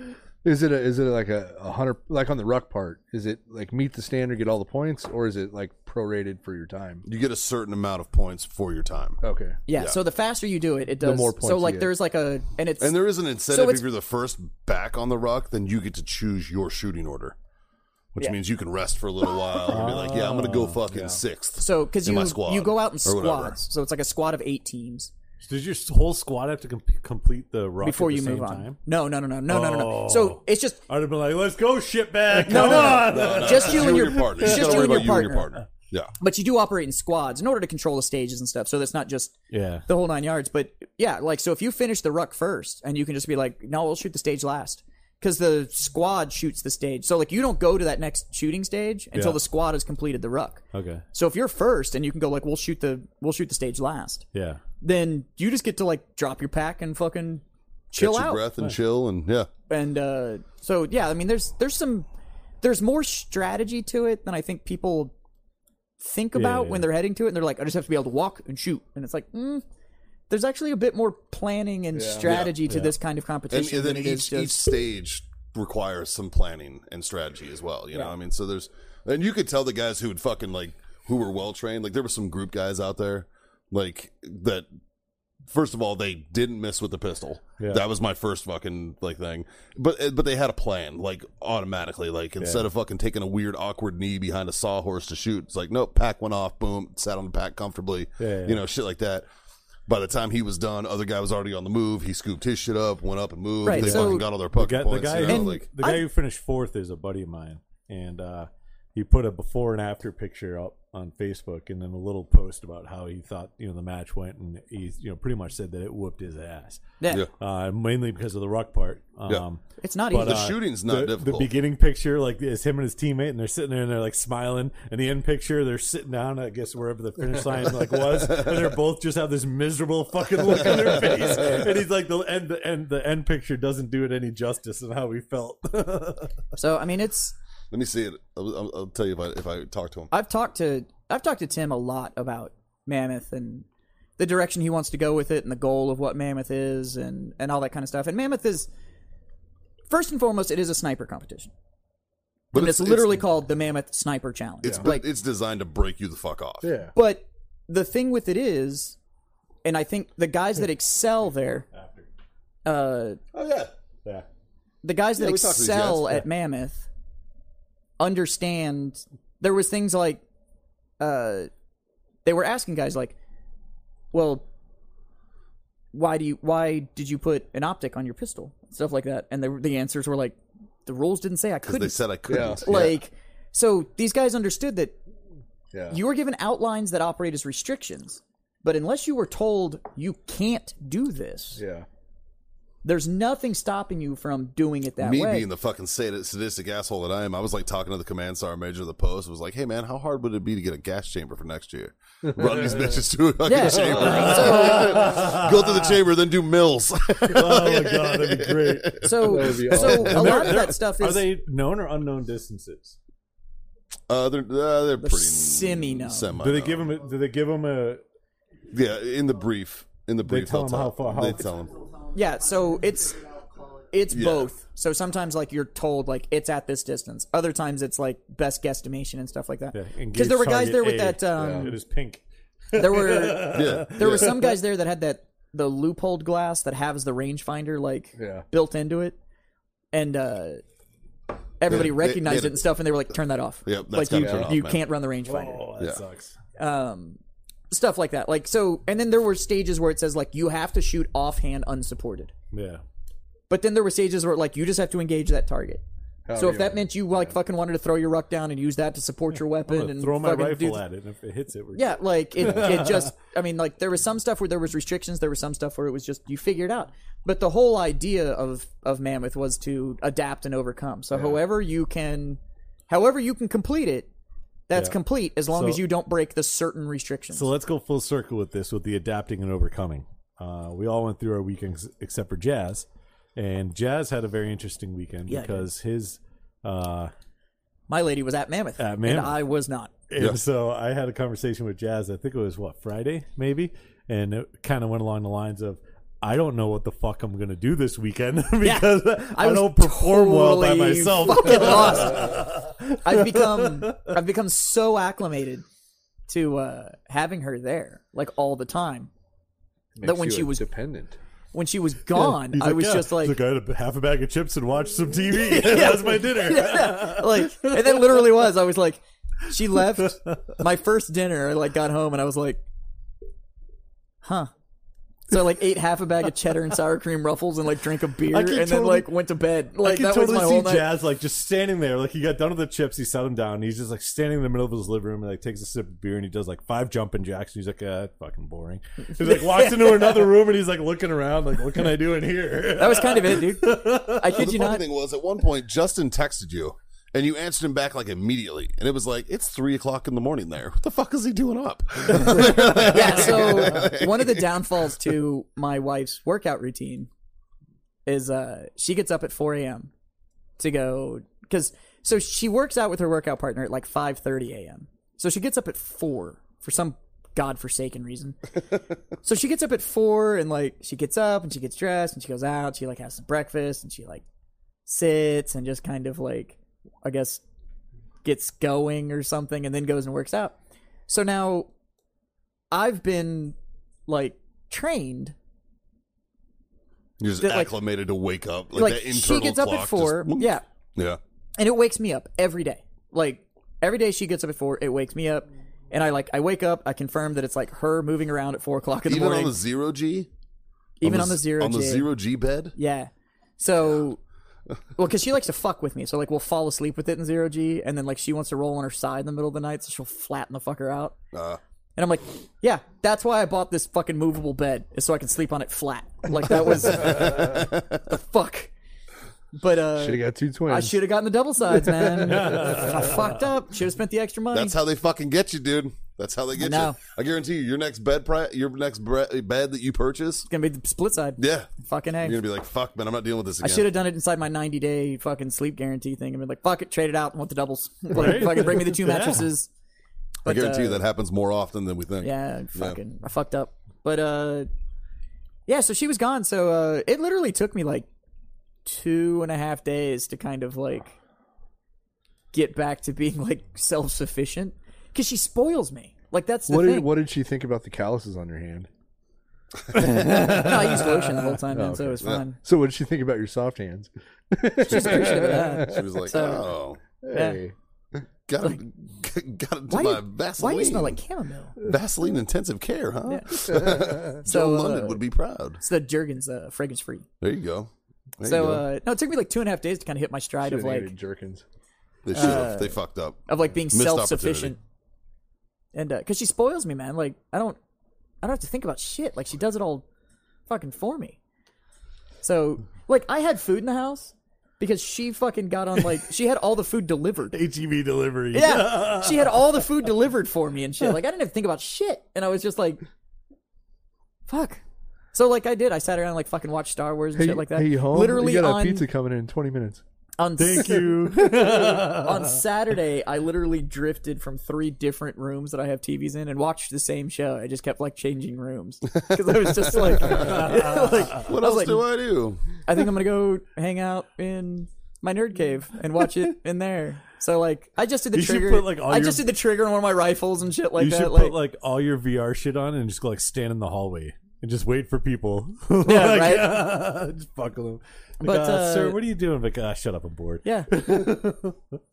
S3: is it a, is it like a, a hundred like on the ruck part? Is it like meet the standard, get all the points, or is it like prorated for your time?
S1: you get a certain amount of points for your time.
S3: Okay,
S2: Yeah, so the faster you do it, it does.
S3: more points
S2: so
S3: you
S2: like
S3: get.
S2: there's like a and it's
S1: And there is an incentive
S2: it's-
S1: if you're the first back on the ruck, then you get to choose your shooting order, which means you can rest for a little while and be like, yeah, I'm going to go fucking sixth.
S2: so because
S1: in
S2: you
S1: my squad,
S2: you go out in
S1: or whatever.
S2: squads, so it's like a squad of eight teams
S4: So Does your whole squad have to com- complete the rock
S2: before
S4: at
S2: you
S4: the
S2: move
S4: same
S2: on.
S4: Time?
S2: No, no, no, no, no, no, no, no.
S4: Oh.
S2: So it's just
S4: I'd have been like, "Let's go, shitbag!
S2: no,
S4: Come
S2: no,
S4: on!"
S2: no, just you and your,
S1: partner. You got to
S2: just you
S1: worry
S2: and
S1: about you
S2: your
S1: and your partner. Yeah.
S2: But you do operate in squads in order to control the stages and stuff. So that's not just
S4: Yeah,
S2: the whole nine yards. But yeah, like so if you finish the ruck first, and you can just be like, no, we'll shoot the stage last because the squad shoots the stage. So like you don't go to that next shooting stage until
S4: Yeah.
S2: the squad has completed the ruck.
S4: okay,
S2: So if you're first and you can go like, we'll shoot the we'll shoot the stage last,
S4: yeah.
S2: then you just get to like drop your pack and fucking chill
S1: Catch your
S2: out.
S1: breath and chill and yeah.
S2: And uh, so yeah, I mean, there's there's some there's more strategy to it than I think people think about
S4: yeah,
S2: when
S4: yeah.
S2: they're heading to it. And they're like, I just have to be able to walk and shoot. And it's like, mm, there's actually a bit more planning and strategy to this kind of
S1: And,
S2: competition
S1: and
S2: than
S1: then
S2: it is
S1: each, each
S2: just.
S1: stage requires some planning and strategy as well. You know, I mean, so there's, and you could tell the guys who would fucking like, who were well trained, like there were some group guys out there, like that, first of all, they didn't miss with the pistol.
S4: Yeah.
S1: That was my first fucking like thing. But, but they had a plan, like automatically, like instead of fucking taking a weird, awkward knee behind a sawhorse to shoot, it's like, nope, pack went off, boom, sat on the pack comfortably,
S4: Yeah, yeah.
S1: you know, shit like that. By the time he was done, other guy was already on the move. He scooped his shit up, went up and moved.
S2: Right,
S1: they
S2: so-
S1: fucking got all their
S4: The
S1: puck
S4: guy, the
S1: points.
S4: guy,
S1: you
S4: who,
S1: know,
S2: And-
S1: like,
S4: the guy who finished fourth is a buddy of mine, and uh, he put a before and after picture up on Facebook, and then a little post about how he thought you know the match went, and he you know pretty much said that it whooped his ass,
S2: Yeah,
S1: Yeah.
S4: uh, mainly because of the ruck part. Um,
S2: it's not
S4: But,
S2: easy.
S1: the
S4: uh,
S1: shooting's not
S4: the,
S1: difficult.
S4: The beginning picture, like, is him and his teammate, and they're sitting there and they're like smiling. And the end picture, they're sitting down, I guess, wherever the finish line like was, and they're both just have this miserable fucking look on their face. And he's like, the end, the end, the end picture doesn't do it any justice on how we felt. Oh,
S2: so I mean, it's
S1: Let me see it. I'll, I'll, I'll tell you if I, if I talk to him.
S2: I've talked to I've talked to Tim a lot about Mammoth and the direction he wants to go with it and the goal of what Mammoth is and and all that kind of stuff. And Mammoth is first and foremost it is a sniper competition.
S1: But
S2: and it's, literally called the Mammoth Sniper Challenge.
S1: it's,
S2: like
S1: it's designed to break you the fuck off.
S3: yeah.
S2: but the thing with it is and I think the guys that excel there uh
S1: Oh yeah.
S4: yeah.
S2: the guys that
S1: Yeah, we talked to these
S2: excel
S1: guys,
S2: at Mammoth understand there was things like uh they were asking guys like well why do you why did you put an optic on your pistol stuff like that and the the answers were like the rules didn't say I
S1: Because they
S2: couldn't
S1: said I couldn't.
S2: like so these guys understood that
S3: Yeah.
S2: you were given outlines that operate as restrictions but unless you were told you can't do this
S3: yeah.
S2: there's nothing stopping you from doing it that
S1: me
S2: way
S1: being the fucking sad- sadistic asshole that I am, I was like talking to the command sergeant major of the post. Was like, "Hey man, how hard would it be to get a gas chamber for next year? Run these bitches to a fucking
S2: Yeah.
S1: chamber, go through the chamber, then do mills."
S4: Oh my god, that'd be great.
S2: So,
S3: would be
S2: so
S3: awesome.
S2: a lot of that stuff
S4: Are
S2: is
S4: they known or unknown distances?
S1: uh, they're uh, they're pretty
S2: semi-known.
S1: Semi.
S4: Do they give him? a- Do they give him a?
S1: Yeah, in the brief, in the brief.
S4: tell
S1: they'll
S4: them how far- how-
S1: They tell them.
S2: Yeah, so it's it's
S1: Yeah.
S2: both. So sometimes like you're told like it's at this distance. Other times it's like best guesstimation and stuff like that.
S4: Yeah, engage
S2: Because there were guys
S4: target
S2: there with
S4: A.
S2: that.
S4: Yeah,
S2: Um,
S4: It is pink.
S2: There were
S1: Yeah,
S2: there were some guys there that had that the loophole glass that has the rangefinder like
S3: Yeah.
S2: built into it, and uh, everybody
S1: Yeah, they-
S2: recognized
S1: they-
S2: it and stuff, and they were like, "Turn that off."
S1: Yep, that's
S2: like
S1: gotta
S2: you
S1: turn off,
S2: you
S1: man.
S2: can't run the rangefinder.
S4: Oh, that
S1: Yeah.
S4: sucks.
S2: Stuff like that. Like so, and then there were stages where it says like you have to shoot offhand unsupported.
S4: Yeah.
S2: But then there were stages where like you just have to engage that target. so if
S3: yeah.
S2: that meant you like fucking wanted to throw your ruck down and use that to support your weapon
S4: But
S2: and
S4: throw my
S2: fucking do
S4: rifle
S2: th-
S4: at it, and if it hits it, we're
S2: yeah, like it, it just I mean like there was some stuff where there was restrictions, there was some stuff where it was just you figure it out. But the whole idea of of Mammoth was to adapt and overcome. So however you can however you can complete it, that's
S4: Yeah.
S2: complete as long
S4: So-
S2: as you don't break the certain restrictions.
S4: So let's go full circle with this, with the adapting and overcoming. Uh, we all went through our weekends except for Jazz, and Jazz had a very interesting weekend
S2: Yeah, I did.
S4: because his. Uh,
S2: My lady was at Mammoth,
S4: At Mammoth.
S2: and I was not.
S4: and so I had a conversation with Jazz. I think it was what Friday, maybe, and it kind of went along the lines of. I don't know what the fuck I'm gonna do this weekend because I,
S2: was
S4: don't perform well by
S2: totally
S4: myself.
S2: fucking lost. I've become I've become so acclimated to uh, having her there, like all the time. that when she was
S3: dependent.
S2: when she was gone,
S4: He's
S2: I
S4: like,
S2: was
S4: "Yeah."
S2: just
S4: He's
S2: like,
S4: I had a half a bag of chips and watched some TV. that was my dinner.
S2: like, and that literally was. I was like, she left my first dinner. I like got home and I was like, huh. So I like ate half a bag of cheddar and sour cream ruffles and like drank a beer
S4: I
S2: and
S4: can
S2: then
S4: totally-
S2: like went to bed.
S4: I
S2: Like
S4: can
S2: that
S4: totally
S2: was my
S4: see
S2: whole night.
S4: Jazz like just standing there, like he got done with the chips, he set them down, and he's just like standing in the middle of his living room and like takes a sip of beer and he does like five jumping jacks and he's like, uh, fucking boring. He's like walks into another room and he's like looking around, like, what can I do in here?
S2: That was kind of it, dude. I kid
S1: the funny
S2: you not.
S1: thing was, at one point, Justin texted you, and you answered him back like immediately, and it was like it's three o'clock in the morning. There, what the fuck is he doing up?
S2: yeah, so one of the downfalls to my wife's workout routine is uh she gets up at 4 a.m. to go because so she works out with her workout partner at like 5:30 a.m. So she gets up at four for some godforsaken reason. so she gets up at four and like she gets up and she gets dressed and she goes out. She like has some breakfast and she like sits and just kind of like I guess gets going or something and then goes and works out. So now I've been like trained.
S1: You're just
S2: That, like-
S1: acclimated to wake up. Like,
S2: Like,
S1: that
S2: she
S1: internal
S2: gets up
S1: clock
S2: at four.
S1: just-
S2: yeah.
S1: yeah.
S2: And it wakes me up every day. Like every day she gets up at four, it wakes me up. And I like I wake up, I confirm that it's like her moving around at four o'clock in the
S1: Even
S2: morning.
S1: on the zero G.
S2: even on the zero
S1: On the
S2: G.
S1: zero G bed.
S2: Yeah. So well, because she likes to fuck with me, so like we'll fall asleep with it in zero G, and then like she wants to roll on her side in the middle of the night, so she'll flatten the fucker out.
S1: Uh,
S2: And I'm like, yeah, that's why I bought this fucking movable bed, is so I can sleep on it flat. Like that was the fuck. But uh
S3: Should have got two twins.
S2: I should have gotten the double sides, man. I fucked up. Should have spent the extra money.
S1: That's how they fucking get you, dude. That's how they get
S2: know.
S1: you. I guarantee you, your next bed, pri- your next bre- bed that you purchase,
S2: it's gonna be the split side.
S1: yeah,
S2: Fucking
S1: you're
S2: hey.
S1: gonna be like, "Fuck, man, I'm not dealing with this
S2: I
S1: again."
S2: should have done it inside my 90 day fucking sleep guarantee thing. and been like, fuck it, trade it out and want the doubles. Like, Fucking bring me the two mattresses.
S1: I guarantee you
S2: uh,
S1: that happens more often than we think.
S2: Yeah, fucking, I fucked up. But uh, yeah. So she was gone. So uh, it literally took me like two and a half days to kind of like get back to being like self sufficient because she spoils me. Like that's the
S3: what
S2: thing.
S3: did what did she think about the calluses on your hand?
S2: no, I used lotion the whole time, man, so it was fine.
S3: So what did she think about your soft hands?
S2: She's appreciative of that.
S1: She was like, "Oh,
S3: Hey,
S1: gotta, gotta do
S2: Why,
S1: my
S2: do-
S1: Vaseline."
S2: why do you smell like chamomile?
S1: Vaseline intensive care, huh?
S2: So uh,
S1: London would be proud.
S2: it's the Jergens uh, fragrance free.
S1: There you go. There you
S2: So
S1: go.
S2: uh, no, it took me like two and a half days to kind of hit my stride
S3: Should've
S2: of like
S3: needed jerkins.
S1: they should
S2: uh,
S1: have. they fucked up.
S2: of like being
S1: Missed
S2: self sufficient. And because she spoils me, man, like I don't, I don't have to think about shit. Like she does it all, fucking for me. So like I had food in the house because she fucking got on like she had all the food delivered.
S4: HEB E delivery.
S2: Yeah, she had all the food delivered for me and shit. Like I didn't have to think about shit, and I was just like, fuck. So like I did, I sat around and, like fucking watched Star Wars and
S3: Hey,
S2: shit like that.
S3: hey, you home?
S2: Literally
S3: you got
S2: on
S3: a pizza coming in twenty minutes.
S2: On
S4: Thank you.
S2: on Saturday, I literally drifted from three different rooms that I have TVs in and watched the same show. I just kept like changing rooms because I was just like, like,
S1: What
S2: I was
S1: else
S2: like,
S1: do I do?
S2: I think I'm gonna go hang out in my nerd cave and watch it in there. So like, I just did the
S4: You should
S2: trigger.
S4: put, like, all
S2: I
S4: your-
S2: just did the trigger on one of my rifles and shit like
S4: you
S2: that.
S4: should
S2: like,
S4: put like all your VR shit on and just like stand in the hallway and just wait for people. Yeah,
S2: right?
S4: just buckle them. Like,
S2: But,
S4: uh,
S2: uh,
S4: sir, what are you doing? Like, ah, shut up, I'm bored.
S2: yeah.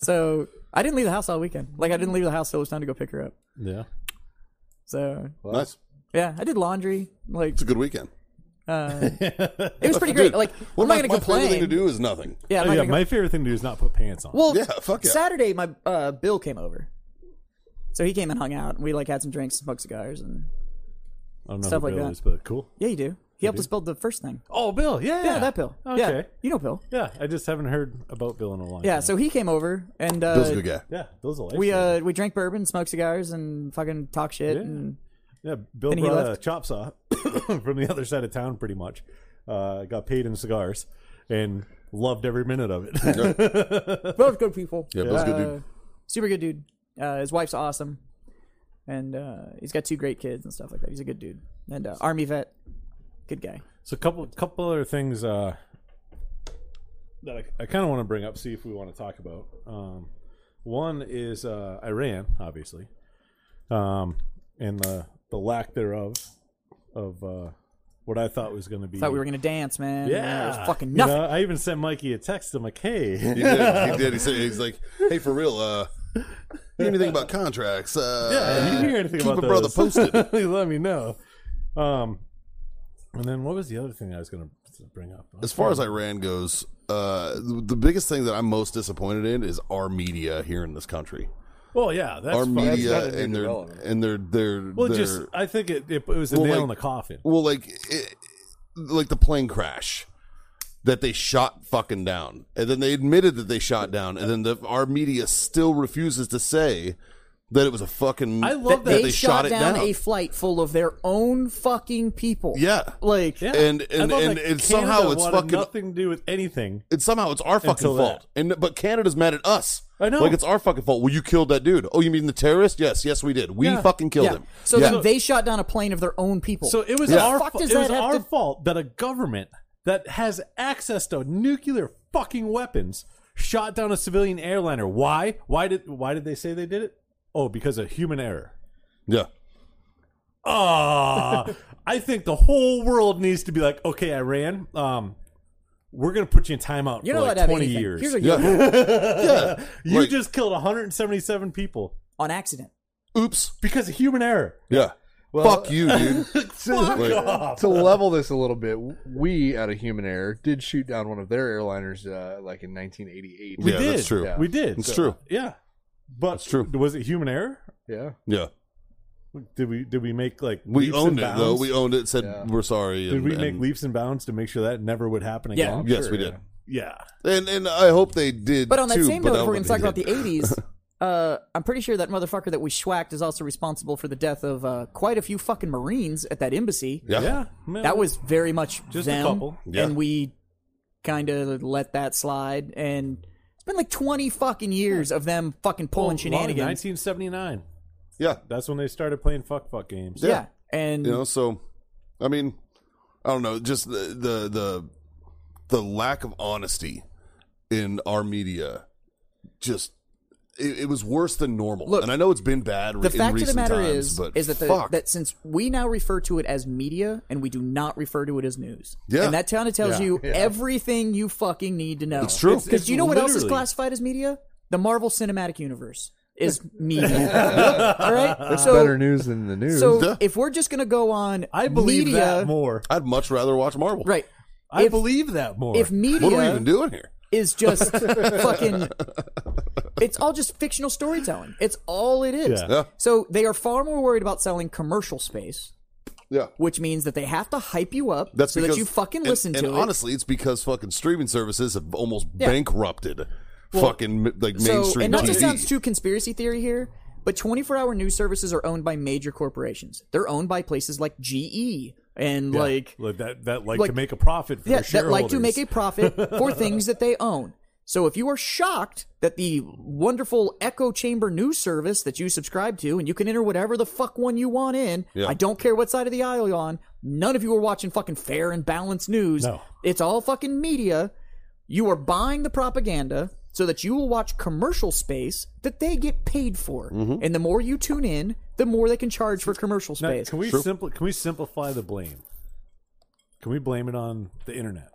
S2: so I didn't leave the house all weekend. Like I didn't leave the house till it was time to go pick her up.
S4: Yeah.
S2: So
S1: nice.
S2: yeah, I did laundry. Like
S1: It's a good weekend.
S2: uh, it was pretty great. Like
S1: What
S2: I'm not
S1: my-
S2: gonna
S1: my favorite
S2: complain.
S1: thing to do is nothing.
S2: Yeah, I'm
S4: Oh,
S2: not
S4: yeah,
S2: gonna
S4: my favorite thing to do is not put pants on.
S2: Well,
S1: Yeah, fuck yeah.
S2: Saturday, my uh, Bill came over, so he came and hung out, and we like had some drinks, smoked cigars, and
S4: I don't know
S2: stuff
S4: who
S2: like
S4: Bill
S2: that.
S4: is, but cool.
S2: yeah, you do. He helped us build the first thing.
S4: Oh, Bill. Yeah,
S2: Yeah, that Bill.
S4: Okay.
S2: Yeah, you know Bill.
S4: Yeah, I just haven't heard about Bill in a long
S2: Yeah,
S4: time.
S2: so he came over and uh,
S1: Bill's a good guy.
S4: yeah, those are
S2: we uh we drank bourbon, smoked cigars, and fucking talk shit. And
S4: Yeah, Bill
S2: And he
S4: brought a
S2: left.
S4: chop saw from the other side of town, pretty much. Uh, got paid in cigars and loved every minute of it.
S2: both good people.
S1: Yeah, Bill's a good
S2: Uh,
S1: dude.
S2: super good dude. Uh, his wife's awesome, and uh, he's got two great kids and stuff like that. He's a good dude and uh, army vet, good guy.
S4: so, a couple, couple other things uh, that I, I kind of want to bring up, see if we want to talk about. Um, one is uh, Iran, obviously, um, and the the lack thereof of uh, what I thought was going to be.
S2: Thought we were gonna dance, man. uh,
S4: yeah,
S2: it was fucking
S4: You
S2: nothing.
S4: know, I even sent Mikey a text. I'm like, hey,
S1: He did. He did. He said, he's like, hey, for real, uh, you know anything about contracts? Uh,
S4: Yeah, if you hear anything
S1: keep
S4: about
S1: a brother
S4: those, let me know. Um, and then what was the other thing I was going to bring up?
S1: As far as Iran goes, uh, the the biggest thing that I'm most disappointed in is our media here in this country.
S4: well, yeah, that's
S1: our
S4: fine.
S1: media
S5: not a new
S1: and their
S5: development.
S1: and their their
S4: Well,
S1: their,
S4: just I think it, it, it was a
S1: Well,
S4: nail
S1: like-
S4: in the coffin.
S1: well, like it, like the plane crash that they shot fucking down, and then they admitted that they shot down, and then the, our media still refuses to say that it was a fucking.
S4: I love that
S1: they, shot, it down.
S2: a flight full of their own fucking people.
S1: yeah.
S2: Like
S4: Yeah.
S1: And-
S4: I
S1: and-
S4: love
S1: and-
S4: that
S1: and somehow
S4: Canada
S1: it's
S4: wanted
S1: fucking-
S4: nothing to do with anything.
S1: And somehow it's our fucking
S4: Until
S1: fault. And but Canada's mad at us.
S4: I know.
S1: Like it's our fucking fault. Well, you killed that dude. Oh, you mean the terrorist? Yes, yes, we did. We
S4: Yeah.
S1: fucking killed
S2: Yeah.
S1: him.
S2: So
S1: yeah.
S2: then they shot down a plane of their own people.
S4: So it was
S1: Yeah.
S4: our
S2: Fuck
S4: fa-
S2: does
S4: it was
S2: that have
S4: our
S2: to-
S4: fault that a government that has access to nuclear fucking weapons shot down a civilian airliner. Why? Why did why did they say they did it? Oh, because of human error.
S1: yeah.
S4: Ah, I think the whole world needs to be like, okay, Iran, um, we're gonna put you in timeout
S2: you're
S4: for like
S2: not allowed to have
S4: 20
S2: anything.
S4: years.
S2: Here's a
S1: Yeah. yeah.
S4: you
S1: Like,
S4: just killed 177 people
S2: on accident.
S1: oops.
S4: because of human error.
S1: Yeah. Fuck you, dude.
S4: Fuck
S1: Wait.
S4: off.
S3: to level this a little bit, we out of human error did shoot down one of their airliners uh, like in 1988.
S4: We
S1: yeah,
S4: did.
S1: that's true.
S3: Yeah.
S4: We did.
S1: It's true.
S4: Yeah, but
S1: It's true.
S4: Was it human error?
S3: Yeah,
S1: Yeah.
S4: Did we did we make like
S1: We
S4: leaps
S1: owned
S4: and
S1: it
S4: bounds?
S1: though. We owned it. Said
S3: Yeah.
S1: we're sorry.
S4: did
S1: and-
S4: we make
S1: and-
S4: leaps and bounds to make sure that never would happen
S2: Yeah.
S4: again?
S1: Yes,
S3: Sure,
S1: we did.
S4: Yeah.
S1: And and I hope they did.
S2: But on that
S1: too,
S2: same
S1: but
S2: note,
S1: I
S2: if we're
S1: don't
S2: gonna talk about
S1: think
S2: the '80s, uh, I'm pretty sure that motherfucker that we schwacked is also responsible for the death of uh, quite a few fucking Marines at that embassy.
S1: they did. Yeah.
S4: Yeah. Man,
S2: That was very much
S4: Just a
S2: them,
S4: couple.
S1: Yeah.
S2: and we kind of let that slide. And it's been like 20 fucking years of them fucking
S4: Well,
S2: pulling shenanigans.
S4: 1979.
S1: Yeah.
S4: That's when they started playing fuck fuck games.
S2: Yeah. and
S1: you know so i mean i don't know just the the the, the lack of honesty in our media just it, it was worse than normal
S2: Look,
S1: and i know it's been bad
S2: the
S1: in
S2: fact of
S1: recent
S2: the matter
S1: times
S2: is,
S1: but
S2: is that the,
S1: fuck.
S2: that since we now refer to it as media and we do not refer to it as news,
S1: Yeah.
S2: and that kind of tells
S4: Yeah.
S2: you everything you fucking need to know. It's
S1: true. It's-
S2: because you know what else is
S4: literally-
S2: classified as media? The Marvel Cinematic Universe is media. All right, so
S3: better news than the news.
S2: so
S1: Yeah.
S2: if we're just gonna go on,
S4: I believe
S2: media,
S4: that more.
S1: i'd much rather watch marvel
S2: Right.
S4: I
S2: If-
S4: believe that more.
S2: If media
S1: what are we even doing here
S2: is just fucking it's all just fictional storytelling. It's all it is.
S4: Yeah.
S1: Yeah.
S2: So they are far more worried about selling commercial space,
S1: yeah
S2: which means that they have to hype you up
S1: that's
S2: so
S1: because
S2: that you fucking
S1: and-
S2: listen
S1: and,
S2: to it.
S1: honestly it's because fucking streaming services have almost
S2: Yeah.
S1: bankrupted fucking like
S2: so,
S1: mainstream
S2: and not
S1: TV.
S2: to sound too conspiracy theory here, but 24-hour news services are owned by major corporations. They're owned by places like GE and like
S4: like that that like,
S2: like-
S4: to make a profit for
S2: yeah,
S4: their
S2: that like to
S4: shareholders.
S2: make a profit for things that they own. So if you are shocked that the wonderful echo chamber news service that you subscribe to and you can enter whatever the fuck one you want in,
S1: Yeah.
S2: I don't care what side of the aisle you're on. None of you are watching fucking fair and balanced news.
S4: No.
S2: It's all fucking media. You are buying the propaganda so that you will watch commercial space that they get paid for. And the more you tune in, the more they can charge for commercial
S4: Mm-hmm. Now,
S2: space.
S4: can we simpli- can we simplify the blame? Can we blame it on the internet?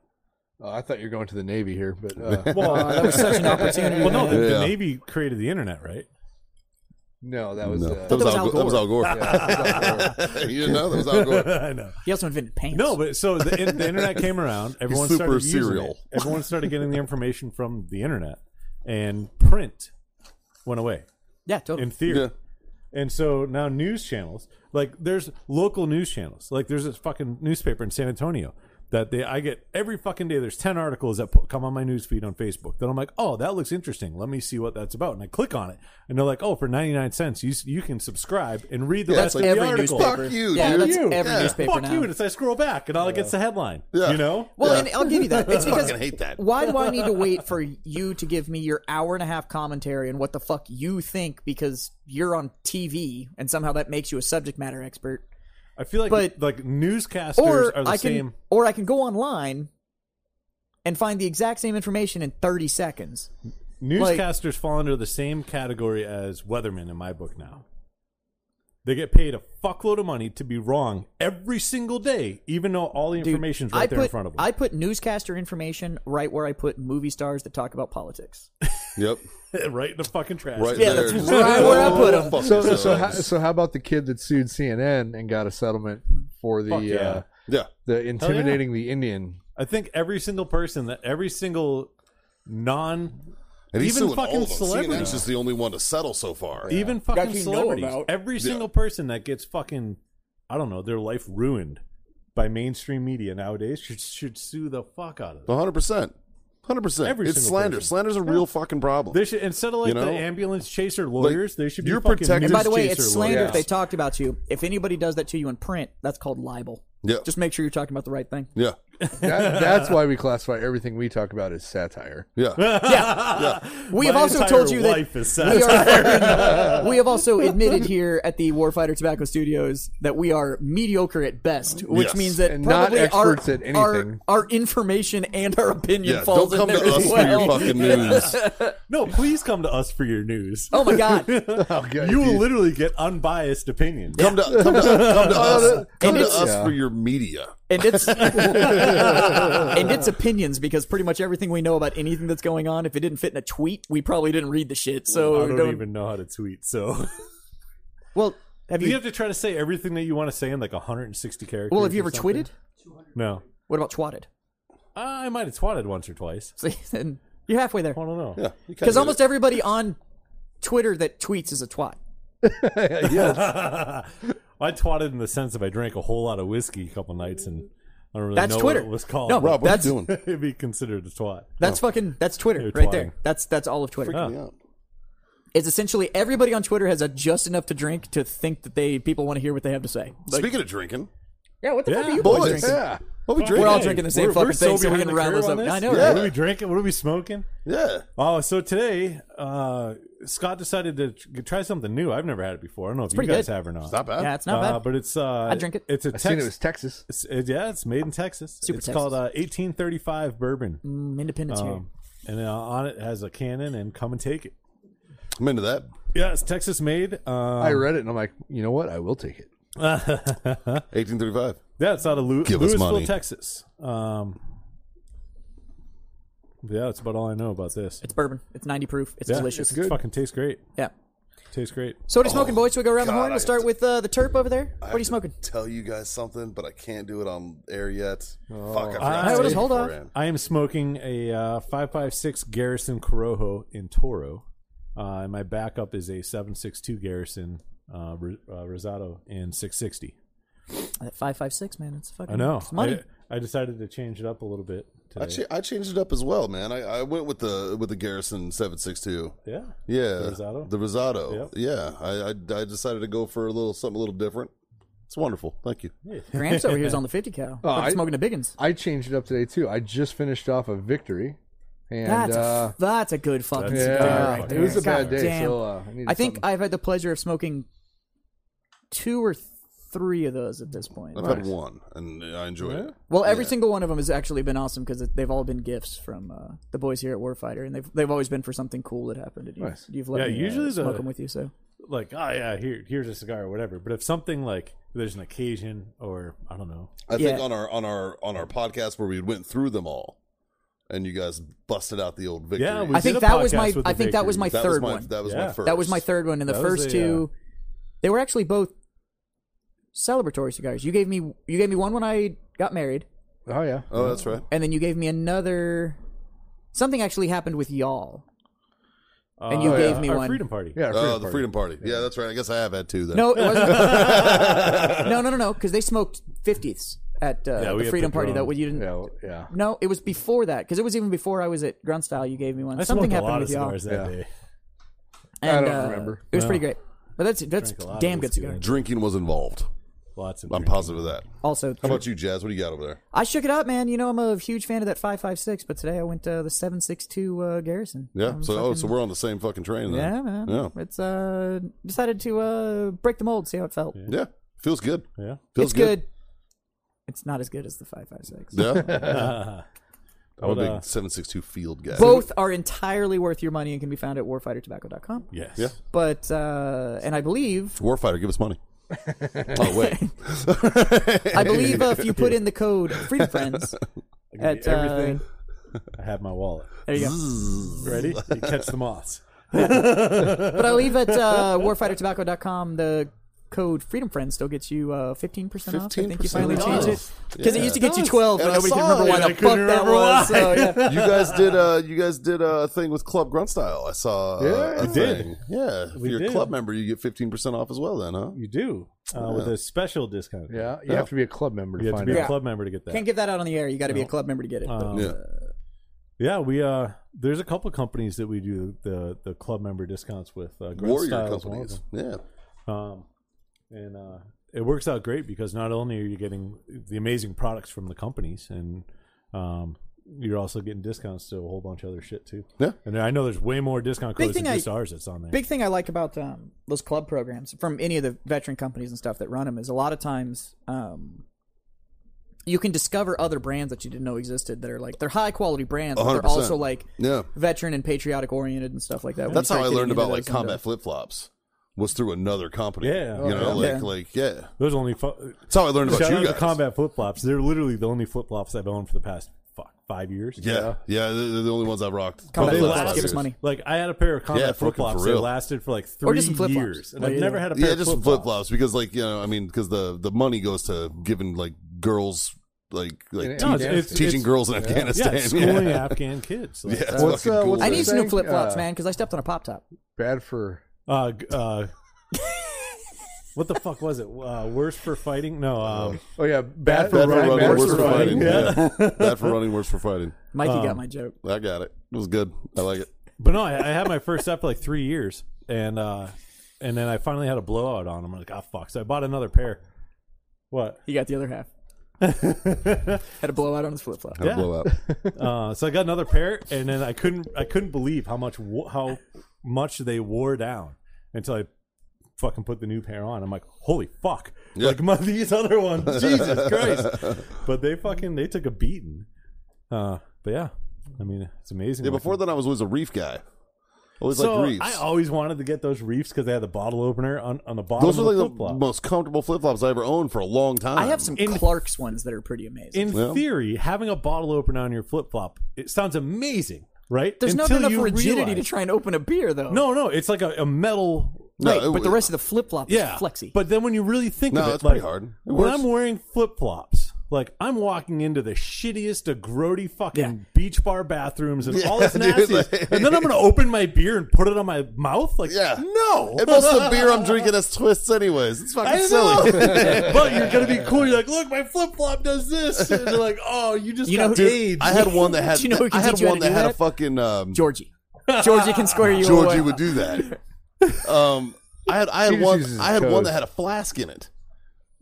S3: Oh, I thought you were going to the Navy here, but uh,
S4: Well,
S2: that was such an opportunity.
S4: well, no, the, the
S1: Yeah.
S4: Navy created the internet, right?
S3: no, that was.
S1: No,
S3: Uh,
S1: that, was
S2: was
S1: Al
S2: Al
S1: Gore. that was Al Gore. you didn't know that was Al Gore.
S4: I know.
S2: He also invented pants.
S4: No, but so the, in, the internet came around. Everyone
S1: super
S4: started using
S1: serial.
S4: It. Everyone started getting the information from the internet, and print went away
S2: yeah, totally.
S4: in theory. And so now news channels, like there's local news channels. Like there's this fucking newspaper in San Antonio that they I get every fucking day. There's ten articles that put, come on my news feed on Facebook. Then I'm like, oh, that looks interesting. Let me see what that's about. And I click on it, and they're like, oh, for ninety nine cents, you s- you can subscribe and read the
S1: that's
S4: rest
S1: like
S4: of the
S2: every
S4: article.
S2: newspaper.
S1: Fuck you,
S2: yeah,
S1: dude.
S2: that's
S4: You.
S2: every
S1: Yeah.
S2: newspaper
S4: Fuck
S2: now.
S4: you! And it's I scroll back, and all it gets the headline.
S1: Yeah.
S4: You know,
S2: Well, and I'll give you that. It's because
S1: fucking hate that.
S2: Why do I need to wait for you to give me your hour and a half commentary on what the fuck you think because you're on TV and somehow that makes you a subject matter expert?
S4: I feel like
S2: But-
S4: like newscasters
S2: Or
S4: are the
S2: I can,
S4: same.
S2: or I can go online and find the exact same information in 30 seconds.
S4: Newscasters fall under the same category as weathermen in my book now. They get paid a fuckload of money to be wrong every single day, even though all the
S2: Dude,
S4: information's right
S2: I
S4: there
S2: put,
S4: in front of them.
S2: I put newscaster information right where I put movie stars that talk about politics.
S1: Yep.
S4: right in the fucking trash.
S1: Right
S2: Yeah,
S1: there.
S2: that's
S1: Just-
S2: right where I
S1: Oh,
S2: put 'em.
S1: fuck
S3: so, so,
S1: yourselves.
S3: so, how, so how about the kid that sued CNN and got a settlement for the
S4: Fuck yeah.
S3: uh,
S1: yeah.
S3: the intimidating the Indian?
S4: I think every single person that every single non
S1: And he's
S4: Even
S1: suing all
S4: fucking
S1: of them.
S4: celebrities.
S1: CNN's just the only one to settle so far.
S4: even
S2: Guys
S4: fucking
S2: you know
S4: celebrities,
S2: about.
S4: every single person that gets fucking I don't know, their life ruined by mainstream media nowadays should should sue the fuck out of them.
S1: 100%. 100%.
S4: Every
S1: it's
S4: single
S1: slander.
S4: person.
S1: Slander's a real fucking problem.
S4: They should instead of like
S1: You know?
S4: the ambulance chaser lawyers, they should be
S1: you're
S4: fucking
S1: protected-
S4: news
S1: And
S2: By the way,
S4: chaser
S2: it's slander
S4: lawyers.
S2: if they talked about you. If anybody does that to you in print, that's called libel.
S1: yeah.
S2: Just make sure you're talking about the right thing.
S1: yeah.
S3: That, that's why we classify everything we talk about as satire.
S1: Yeah.
S2: We have
S4: My
S2: also
S4: entire
S2: told you that
S4: life is
S2: we
S4: satire.
S2: are. fucking- we have also admitted here at the Warfighter Tobacco Studios that we are mediocre at best, which
S1: Yes.
S2: means that
S3: And not
S2: probably our-
S3: experts at
S2: our,
S3: anything.
S2: Our, information and our opinion
S1: Yeah.
S2: falls
S1: Don't come
S2: in
S1: to
S2: there as
S1: us for
S2: well.
S1: your fucking news.
S4: No, please come to us for your news.
S2: oh my god!
S3: Oh, God,
S4: you will
S3: dude.
S4: literally get unbiased opinion.
S1: Come to, come to, come to us, come to
S2: it's-
S1: us
S3: Yeah.
S1: for your media.
S2: And it's and it's opinions because pretty much everything we know about anything that's going on, if it didn't fit in a tweet, we probably didn't read the shit. So
S4: I don't,
S2: don't-
S4: even know how to tweet, so
S2: Well, have
S4: you
S2: you?
S4: have to try to say everything that you want to say in like 160 characters.
S2: Well, have you
S4: or
S2: ever
S4: something.
S2: tweeted?
S4: No,
S2: What about twatted?
S4: I might have twatted once or twice.
S2: See, then you're halfway there.
S4: I don't know.
S1: Yeah. you
S2: Because
S1: kinda
S2: almost
S1: get
S2: everybody on Twitter that tweets is a twat.
S4: I twatted in the sense of I drank a whole lot of whiskey a couple nights and I don't really
S2: That's
S4: know
S2: Twitter.
S4: what it was called.
S2: No,
S1: it. Rob, what are
S2: That's-
S1: you doing?
S4: it'd be considered a twat.
S2: That's fucking that's Twitter
S4: You're
S2: right
S4: twatting.
S2: there. That's that's all of Twitter.
S1: Yeah.
S2: It's essentially everybody on Twitter has a just enough to drink to think that they people want to hear what they have to say. Like,
S1: Speaking of drinking,
S2: yeah, what the fuck
S4: Yeah,
S2: are you boys
S1: boys,
S2: drinking?
S1: yeah. What we
S2: We're all
S1: drinking?
S2: drinking the same
S4: We're-
S2: fucking
S4: we're
S2: thing, so we
S4: behind
S2: can
S4: the
S2: round
S4: curve
S2: this
S4: on
S2: up. I know,
S1: Yeah.
S2: right?
S4: What are we drinking? What are we smoking?
S1: Yeah.
S4: Oh, so today, uh, Scott decided to tr- try something new. I've never had it before. I don't know if you
S2: pretty
S4: guys
S2: good.
S4: have or not.
S1: Not bad.
S2: Yeah, it's not
S4: uh,
S2: bad.
S4: But it's uh, I
S2: drink it.
S4: It's a
S3: I seen it was
S4: Texas.
S3: Texas.
S4: it- yeah, it's made in Texas.
S2: Super
S4: it's
S2: Texas.
S4: called uh, 1835 bourbon,
S2: Mm, Independence here.
S4: um, and uh, on it has a cannon and come and take it.
S1: I'm into that.
S4: Yeah, it's Texas made. Um,
S3: I read it and I'm like, you know what? I will take it.
S4: yeah,
S1: 1835.
S4: it's out of Lew-
S1: Give us money.
S4: Louisville, Texas. Um, yeah, that's about all I know about this.
S2: It's bourbon. It's ninety proof. It's
S4: yeah,
S2: delicious.
S4: It's good. Oh, Fucking tastes great.
S2: Yeah.
S4: Tastes great.
S2: So what are you smoking, boys? Should we go around the
S1: God,
S2: horn?
S1: I
S2: We'll start
S1: have
S2: with uh, the terp over there. What are you smoking?
S1: Tell you guys something, but I can't do it on air yet.
S4: Oh.
S1: Fuck, I forgot.
S4: I
S1: to
S4: would
S1: do
S4: just
S1: it
S2: hold off.
S1: beforehand.
S4: I am smoking a uh, 556 Garrison Corojo in Toro. Uh, and my backup is a 762 Garrison uh, Ro- uh, Rosado in 660.
S2: That Uh, five five six, man. It's fucking
S4: I know.
S2: it's money.
S4: I, I decided to change it up a little bit today.
S1: I, cha- I changed it up as well, man. I, I went with the with the Garrison 762.
S4: yeah.
S1: Yeah,
S4: The Rosado?
S1: The Rosado.
S4: Yep.
S1: Yeah, I, I I decided to go for a little something a little different. It's wonderful. Thank you.
S2: Gramps over here is on the fifty cow. Fucking
S3: Oh, I-
S2: smoking a biggins.
S3: I changed it up today too. I just finished off a victory. And
S2: That's
S3: uh,
S2: a, that's a good fucking
S4: That's a
S2: cigar
S4: good
S3: yeah,
S2: right
S4: fucking
S2: there.
S3: it was a bad
S2: God
S3: day.
S2: damn.
S3: So uh, I, needed
S2: I think
S3: something.
S2: I've had the pleasure of smoking two or three of those at this point.
S1: I've had one, and I enjoyed it.
S2: Well, every
S1: Yeah.
S2: single one of them has actually been awesome because they've all been gifts from uh, the boys here at Warfighter, and they've they've always been for something cool that happened. And you've,
S3: Nice.
S2: you've let
S4: Yeah,
S2: me uh,
S4: usually the-
S2: smoke them with you, so
S4: like, oh yeah, here here's a cigar or whatever. But if something like there's an occasion or I don't know,
S1: I
S2: Yeah.
S1: think on our on our on our podcast where we went through them all, and you guys busted out the old victory.
S4: Yeah, we-
S2: I
S4: did
S2: think
S4: a
S2: that was
S4: podcast
S2: my
S4: with the
S2: I think that was my
S4: bakery.
S1: that
S2: third
S1: was my
S2: one.
S1: that was
S4: Yeah.
S1: my first.
S2: That was my third one, and the
S4: That was uh,
S2: first
S4: a,
S2: two, they were actually both celebratory cigars. You gave me you gave me one when I got married,
S3: Oh yeah.
S1: Oh, that's right.
S2: and then you gave me another. Something actually happened with y'all. And you
S4: Uh,
S2: gave me
S4: our
S2: one.
S4: freedom party.
S3: Yeah.
S1: Oh, the
S3: Party.
S1: Freedom Party. Yeah. that's right. I guess I have had two then.
S2: No, it wasn't. no, no, no, no, because they smoked fiftieths at uh,
S4: we
S2: the
S4: had
S2: Freedom
S4: the
S2: Party.
S4: drum.
S2: That what you didn't.
S3: Yeah. well, Yeah.
S2: No, it was before that because it was even before I was at Grunt Style. You gave me one.
S4: I
S2: Something
S4: smoked a
S2: happened
S4: lot
S2: with
S4: of
S2: y'all,
S4: cigars that
S3: Yeah.
S4: day.
S2: and
S3: don't
S2: uh,
S3: remember.
S2: it was pretty great. But that's that's
S4: Drank a lot of
S2: damn
S4: those
S2: good cigar.
S4: cigars.
S1: Drinking was involved.
S4: Lots of
S1: I'm
S4: drinking.
S1: positive of that.
S2: Also,
S1: How about you, Jazz? What do you got over there?
S2: I shook it up, man. You know I'm a huge fan of that five five six, but today I went uh, the seven six two uh, Garrison.
S1: Yeah.
S2: I'm
S1: so oh, so we're on the same fucking train. Then.
S2: yeah, man.
S1: Yeah.
S2: It's uh decided to uh break the mold, see how it felt.
S1: Yeah. Feels good.
S4: Yeah.
S1: Feels
S2: it's good. It's not as good as the five five six.
S1: Yeah. I'm a
S4: But,
S1: big
S4: uh,
S1: 762 field guy.
S2: Both are entirely worth your money and can be found at warfightertobacco.com.
S4: Yes.
S1: Yeah.
S2: But uh and I believe
S1: Warfighter, give us money. oh wait.
S2: I believe uh, if you put in the code Freedom Friends at uh,
S4: everything. I have my wallet.
S2: there you go.
S4: Ready? You catch the moths.
S2: But I believe at uh, warfightertobacco.com the code Freedom Friends still gets you uh, 15% off. I think you
S1: 15%
S2: finally
S1: off.
S2: changed it. Because it
S1: Yeah.
S2: used to get you 12, but
S1: And I
S2: nobody could
S1: saw
S2: remember
S1: it,
S2: why
S1: and
S2: the
S1: I
S2: fuck
S4: couldn't
S2: that
S4: remember
S2: was.
S4: why.
S2: So, yeah.
S1: You guys did. Uh, you guys did a thing with Club Grunt Style. I saw. Uh,
S3: Yeah.
S1: a
S3: We
S4: did.
S1: thing. Yeah. If
S4: We
S1: you're a
S4: did.
S1: club member, you get 15 percent off as well. Then, huh?
S4: You do uh, with a special discount.
S3: Yeah. You have to be a club member to
S4: You have to
S3: find
S4: be
S3: out.
S4: a club member to get that.
S2: Can't give that out on the air. You got to be a club member to get it. but-
S1: Yeah.
S4: Yeah, we uh, there's a couple companies that we do the the club member discounts with. Uh, Grunt
S1: Warrior
S4: Style is one of
S1: companies. Yeah.
S4: them. Um, and uh, it works out great because not only are you getting the amazing products from the companies, and um, you're also getting discounts to a whole bunch of other shit too.
S1: Yeah.
S4: And I know there's way more discount
S2: Big
S4: codes than
S2: thing I-
S4: just ours that's on there.
S2: Big thing I like about um, those club programs from any of the veteran companies and stuff that run them is a lot of times um, you can discover other brands that you didn't know existed that are like they're high quality brands, but they're
S1: 100%.
S2: also like
S1: Yeah.
S2: veteran and patriotic oriented and stuff like that. when
S1: That's
S2: you
S1: how I
S2: start getting
S1: learned
S2: into
S1: about
S2: those
S1: like
S2: and, uh,
S1: combat flip flops was through another company.
S4: Yeah.
S1: You know,
S4: Oh,
S1: like
S2: yeah.
S1: like yeah.
S4: Those only fu-
S1: That's how I learned about
S4: shout
S1: you
S4: out
S1: guys.
S4: to Combat flip flops. They're literally the only flip flops I've owned for the past fuck five years.
S1: Yeah. Yeah. They're, they're the only ones I've rocked.
S2: Combat
S4: They
S2: flip
S1: flip-flops.
S2: flops, give us money.
S4: Like I had a pair of combat
S1: Yeah, fucking
S4: flip flops
S1: for
S4: that
S1: real.
S4: lasted for like
S2: Or
S4: three
S2: just some flip-flops.
S4: years, and
S2: Like,
S4: I've never
S2: yeah.
S4: had a pair
S1: Yeah,
S4: of
S1: just
S4: flip-flops.
S1: flip flops because, like, you know, I mean, because the the money goes to giving like girls, like, like
S3: No,
S1: teach-
S3: it's- it's-
S1: teaching
S4: it's-
S1: girls in
S4: Yeah,
S1: Afghanistan.
S4: schooling Afghan kids. Like,
S1: Yeah, it's
S3: What's,
S1: fucking
S3: uh,
S1: cool.
S3: what's
S2: I
S3: the
S2: need some new
S3: Saying,
S2: flip flops,
S3: uh,
S2: man, because I stepped on a pop top.
S3: Bad for.
S4: Uh, g- uh, what the fuck was it? Uh, worse for fighting? No. Um,
S3: Oh yeah.
S1: Bad
S3: Bad,
S1: for running,
S3: bad
S1: worse
S3: for
S1: for fighting.
S3: running.
S1: Yeah. Bad for running, worse for fighting.
S2: Mikey
S1: Oh.
S2: got my joke.
S1: I got it. It was good. I like it.
S4: but no, I, I had my first set for like three years, and uh, and then I finally had a blowout on them. I'm like, ah, fuck. So I bought another pair. What?
S2: He got the other half. Had a blowout on his flip flop.
S1: Had
S4: Yeah.
S1: a blowout.
S4: Uh, so I got another pair, and then I couldn't I couldn't believe how much wo- how much they wore down until I fucking put the new pair on. I'm like, holy fuck! Like my, these other ones, Jesus Christ! But they fucking they took a beating. Uh, but yeah, I mean it's amazing.
S1: Yeah, before that, I was always a reef guy. Always
S4: so
S1: like reefs.
S4: I always wanted to get those reefs because they had the bottle opener on on the bottom.
S1: Those
S4: of
S1: were
S4: the
S1: like the
S4: flip-flop.
S1: most comfortable flip flops I ever owned for a long time.
S2: I have some
S4: In-
S2: Clark's ones that are pretty amazing.
S4: In
S1: Well-
S4: theory, having a bottle opener on your flip flop it sounds amazing, right?
S2: There's not
S4: Until
S2: enough
S4: you
S2: rigidity to
S4: realize-
S2: try and open a beer, though.
S4: No, no, it's like a, a metal
S1: No,
S2: Right,
S1: it-
S2: but the rest of the flip flop is
S4: yeah,
S2: flexy.
S4: But then when you really think
S1: No,
S4: of it,
S1: it's
S4: like,
S1: pretty hard. It
S4: when
S1: works.
S4: I'm wearing flip flops, like I'm walking into the shittiest of grody fucking
S2: Yeah.
S4: beach bar bathrooms and all
S1: Yeah,
S4: this
S1: dude,
S4: nastiness,
S1: like-
S4: and then I'm gonna open my beer and put it on my mouth. Like,
S1: Yeah.
S4: no,
S1: And most of the beer I'm drinking is twists, anyways. It's fucking
S4: I
S1: silly.
S4: know. but you're gonna be cool. You're like, look, my flip flop does this, and they're like, oh, you just
S2: You
S4: got
S2: know-
S1: Dude,
S4: AIDS.
S1: I had one that had
S2: Do you know who can
S1: I had
S2: teach you how
S1: one
S2: to
S1: that
S2: do
S1: had a
S2: that?
S1: fucking um,
S2: Georgie. Georgie can square you away.
S1: Georgie would do that. Um, I had I had
S3: He just
S1: one
S3: uses
S1: I had
S3: his
S1: one
S3: toes.
S1: that had a flask in it.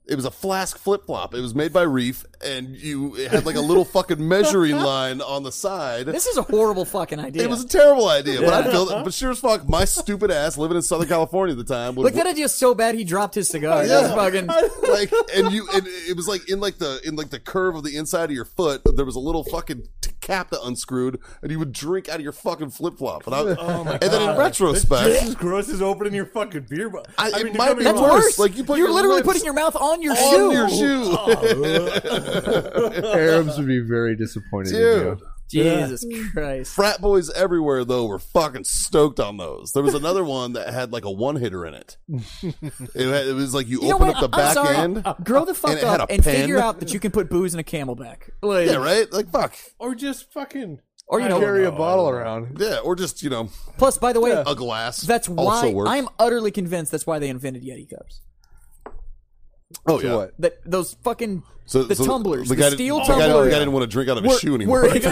S1: It was a flask flip flop. It was made by Reef, and you it had like a little fucking measuring line on the side.
S2: This is a horrible fucking idea.
S1: it was a terrible idea, but I felt, but sure as fuck, my stupid ass living in Southern California at the time would
S2: Look at it just so bad he dropped his cigar. That was fucking.
S1: like and you and it was like in like the in like the curve of the inside of your foot there was a little fucking t- cap that unscrewed and you would drink out of your fucking flip-flop and, I, and then in
S4: This
S1: retrospect
S4: is gross as opening your fucking beer bottle.
S1: I- it
S4: don't
S1: might
S4: get me
S1: be
S2: That's
S4: wrong.
S1: worse.
S2: worse.
S1: Like, you put
S2: You're
S1: your
S2: literally
S1: lips
S2: putting your mouth on your
S1: on
S2: shoe.
S1: your shoe
S3: Arabs would be very disappointed. in you.
S1: Dude.
S2: Jesus Christ.
S1: frat boys everywhere though were fucking stoked on those there was another one that had like a one-hitter in it it, had- it was like you,
S2: You know
S1: open
S2: what?
S1: up the
S2: I'm
S1: back
S2: sorry. Uh,
S1: end
S2: Grow the
S1: And
S2: fuck
S1: it had
S2: up
S1: a
S2: and
S1: pen.
S2: figure out that you can put booze in a camelback. Like,
S1: yeah right like fuck
S4: Or just fucking.
S2: Or, you know,
S3: Carry a
S4: know.
S3: bottle around.
S1: yeah or just you know
S2: plus, by the way,
S1: a glass
S2: that's why
S1: also works.
S2: I'm utterly convinced that's why they invented Yeti cups.
S1: oh yeah
S3: What?
S2: That those fucking
S1: So,
S2: the
S1: so
S2: tumblers, the,
S1: guy didn't-
S2: steel
S1: the guy,
S2: tumbler.
S1: the guy didn't want to drink out of his
S2: were-
S1: shoe anymore.
S2: were-
S4: Have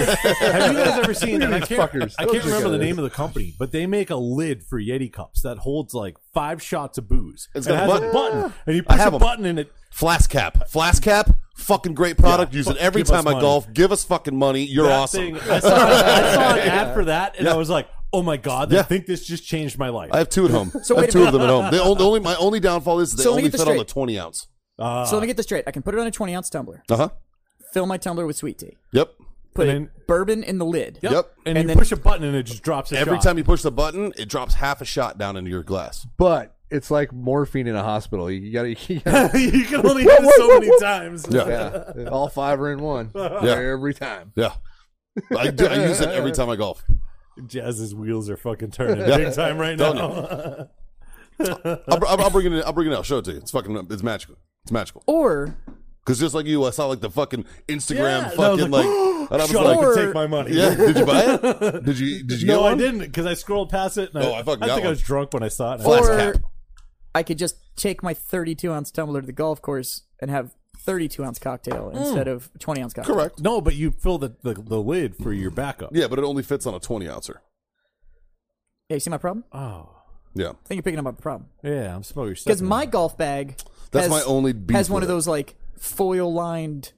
S4: you guys ever seen? I can't,
S3: fuckers.
S4: I
S3: Those
S4: can't
S3: are
S4: remember the
S3: good.
S4: name of the company, but they make a lid for Yeti cups that holds like five shots of booze.
S1: It's
S4: And
S1: got a
S4: it has
S1: button.
S4: button, and you push
S1: have
S4: a
S1: 'em.
S4: button, and it
S1: Flask cap, flask cap, fucking great product.
S4: Yeah,
S1: Use it
S4: fuck,
S1: every
S4: give us
S1: time I
S4: money.
S1: golf. Give us fucking money. You're
S4: that
S1: awesome.
S4: thing- I, saw, I saw an ad for that, and
S1: Yeah.
S4: I was like, "Oh my god! I
S1: Yeah.
S4: think this just changed my life."
S1: I have two at home.
S2: So
S1: I
S2: wait
S1: have
S2: a
S1: two of
S2: minute.
S1: them at home. They only, the only my only downfall is they
S2: So let me
S1: only
S2: get this
S1: fit on the
S2: straight.
S1: twenty ounce.
S2: so let me get this straight. I can put it on a 20 ounce tumbler.
S1: Uh huh.
S2: Fill my tumbler with sweet tea.
S1: Yep.
S2: Put
S4: And then-
S2: bourbon in the lid.
S1: Yep.
S4: And,
S2: And
S4: you
S2: then-
S4: push a button, and it just drops a
S1: Every
S4: shot.
S1: time you push the button, it drops half a shot down into your glass.
S3: But it's like morphine in a hospital. You gotta, you gotta
S4: you can only hit it so many times.
S3: yeah. all five are in one every time.
S1: Yeah. I, do, I use it every time I golf.
S4: Jazz's wheels are fucking turning big time right
S1: Don't
S4: now.
S1: I'll, br- I'll, I'll bring it. In, I'll bring it out. Show it to you. It's fucking. It's magical. It's magical.
S2: Or
S1: Because just like you, I saw like the fucking Instagram
S4: Yeah, and I was
S1: fucking
S4: like,
S1: like, and I was
S4: Shut
S1: like,
S4: up and
S2: or-
S4: take my money.
S1: yeah. Did you buy it? Did you? Did you get
S4: No,
S1: one?
S4: I didn't because I scrolled past it. And
S1: Oh, I fucking got
S4: think
S1: one.
S4: I was drunk when I saw it. and I
S1: Flask
S4: was like,
S2: Or-
S1: cap.
S2: I could just take my 32 ounce tumbler to the golf course and have 32 ounce cocktail instead of 20 ounce cocktail.
S1: Mm. Correct.
S4: No, but you fill the, the, the lid for your backup.
S1: Yeah, but it only fits on a 20 ouncer.
S2: Yeah, you see my problem? I
S4: Oh,
S1: Yeah.
S2: think you're picking up my problem.
S4: yeah. I'm smoking. your
S2: Because
S4: stuff.
S2: my golf bag
S1: That's
S2: has,
S1: my only beef
S2: has one
S1: with
S2: of
S1: it.
S2: those like foil lined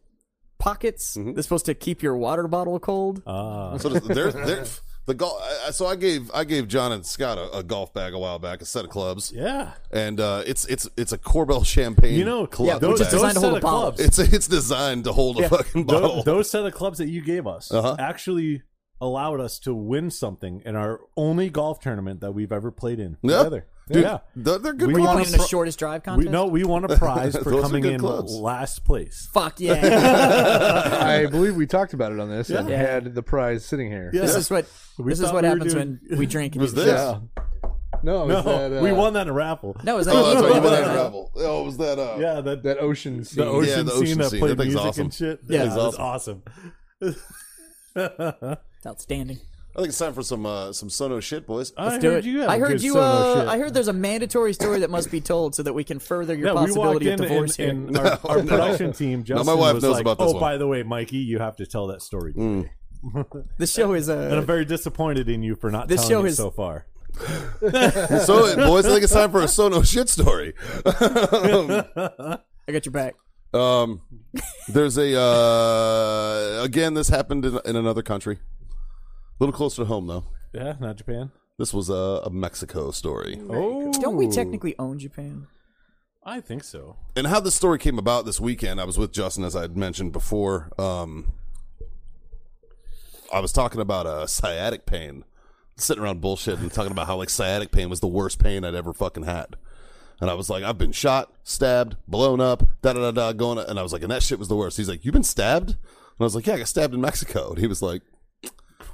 S2: pockets
S1: Mm-hmm.
S2: that's supposed to keep your water bottle cold.
S4: Uh, Ah,
S1: So does- there, there, the golf. So I gave I gave John and Scott a, a golf bag a while back, a set of clubs,
S4: yeah.
S1: and uh, it's it's it's a Corbel champagne.
S4: You know,
S1: club.
S2: Yeah,
S4: those,
S2: which is
S4: those
S2: designed to
S4: set
S2: hold
S4: of
S2: a bottle.
S4: clubs,
S1: it's it's designed to hold a fucking
S4: tho-
S1: bottle.
S4: those, set of clubs that you gave us actually allowed us to win something in our only golf tournament that we've ever played in
S1: Yeah.
S4: together.
S1: Dude,
S4: yeah.
S1: they're, they're good.
S4: We
S1: clubs.
S4: want
S2: Playing in the
S4: pro-
S2: shortest drive
S4: We,
S2: contest?
S4: no, we won a prize
S1: Those
S4: for
S1: are
S4: coming
S1: good
S4: in
S1: clubs.
S4: last place.
S2: Fuck yeah.
S3: I believe we talked about it on this and
S2: Yeah.
S3: had the prize sitting here.
S2: this is what
S4: We
S2: this is
S4: thought
S2: what
S4: we were
S2: happens
S4: doing-
S2: when we drink. and
S1: was
S2: eat.
S1: this?
S3: Yeah. No, it
S4: No,
S3: was that, uh,
S4: we won that in a raffle.
S2: No, is that?
S1: Oh, that's right. You went out of gravel. Oh, it was that? Uh,
S4: Yeah, that,
S3: that ocean scene.
S4: the ocean
S1: the
S4: scene
S1: ocean
S4: that
S1: scene.
S4: played
S1: That thing's
S4: music
S1: awesome.
S4: and shit.
S2: Yeah.
S4: yeah,
S2: Thing's
S4: it was awesome.
S2: It's outstanding.
S1: I think it's time for some uh, some Sono shit, boys.
S4: I
S2: Do
S4: heard
S2: it.
S4: you. Had
S2: I
S4: a
S2: heard
S4: good
S2: you.
S4: Sono
S2: Uh,
S4: shit.
S2: I heard there's a mandatory story that must be told so that we can further your
S4: Yeah, we walked
S2: possibility
S4: in
S2: of divorce
S4: and, and
S2: here.
S4: our, our production team. Justin
S1: my wife
S4: was
S1: knows
S4: like,
S1: about this
S4: Oh,
S1: one." Mm.
S4: by the way, Mikey, you have to tell that story.
S2: the show is
S4: And I'm
S2: uh,
S4: very disappointed in you for not
S2: This
S4: telling
S2: show
S4: it
S2: is-
S4: so far.
S1: so, boys, I think it's time for a Sono shit story.
S2: I got your back.
S1: Um, there's a uh, again. This happened in, in another country, a little closer to home though.
S4: Yeah, not Japan.
S1: This was a, a Mexico story,
S4: Oh,
S2: Don't we technically own Japan?
S4: I think so.
S1: and how this story came about this weekend. I was with Justin, as I had mentioned before. Um, I was talking about uh, sciatic pain, sitting around bullshit and talking about how like sciatic pain was the worst pain I'd ever fucking had. And I was like, I've been shot, stabbed, blown up, da da da da, going. And I was like, and that shit was the worst. He's like, you've been stabbed, and I was like, yeah, I got stabbed in Mexico. And he was like,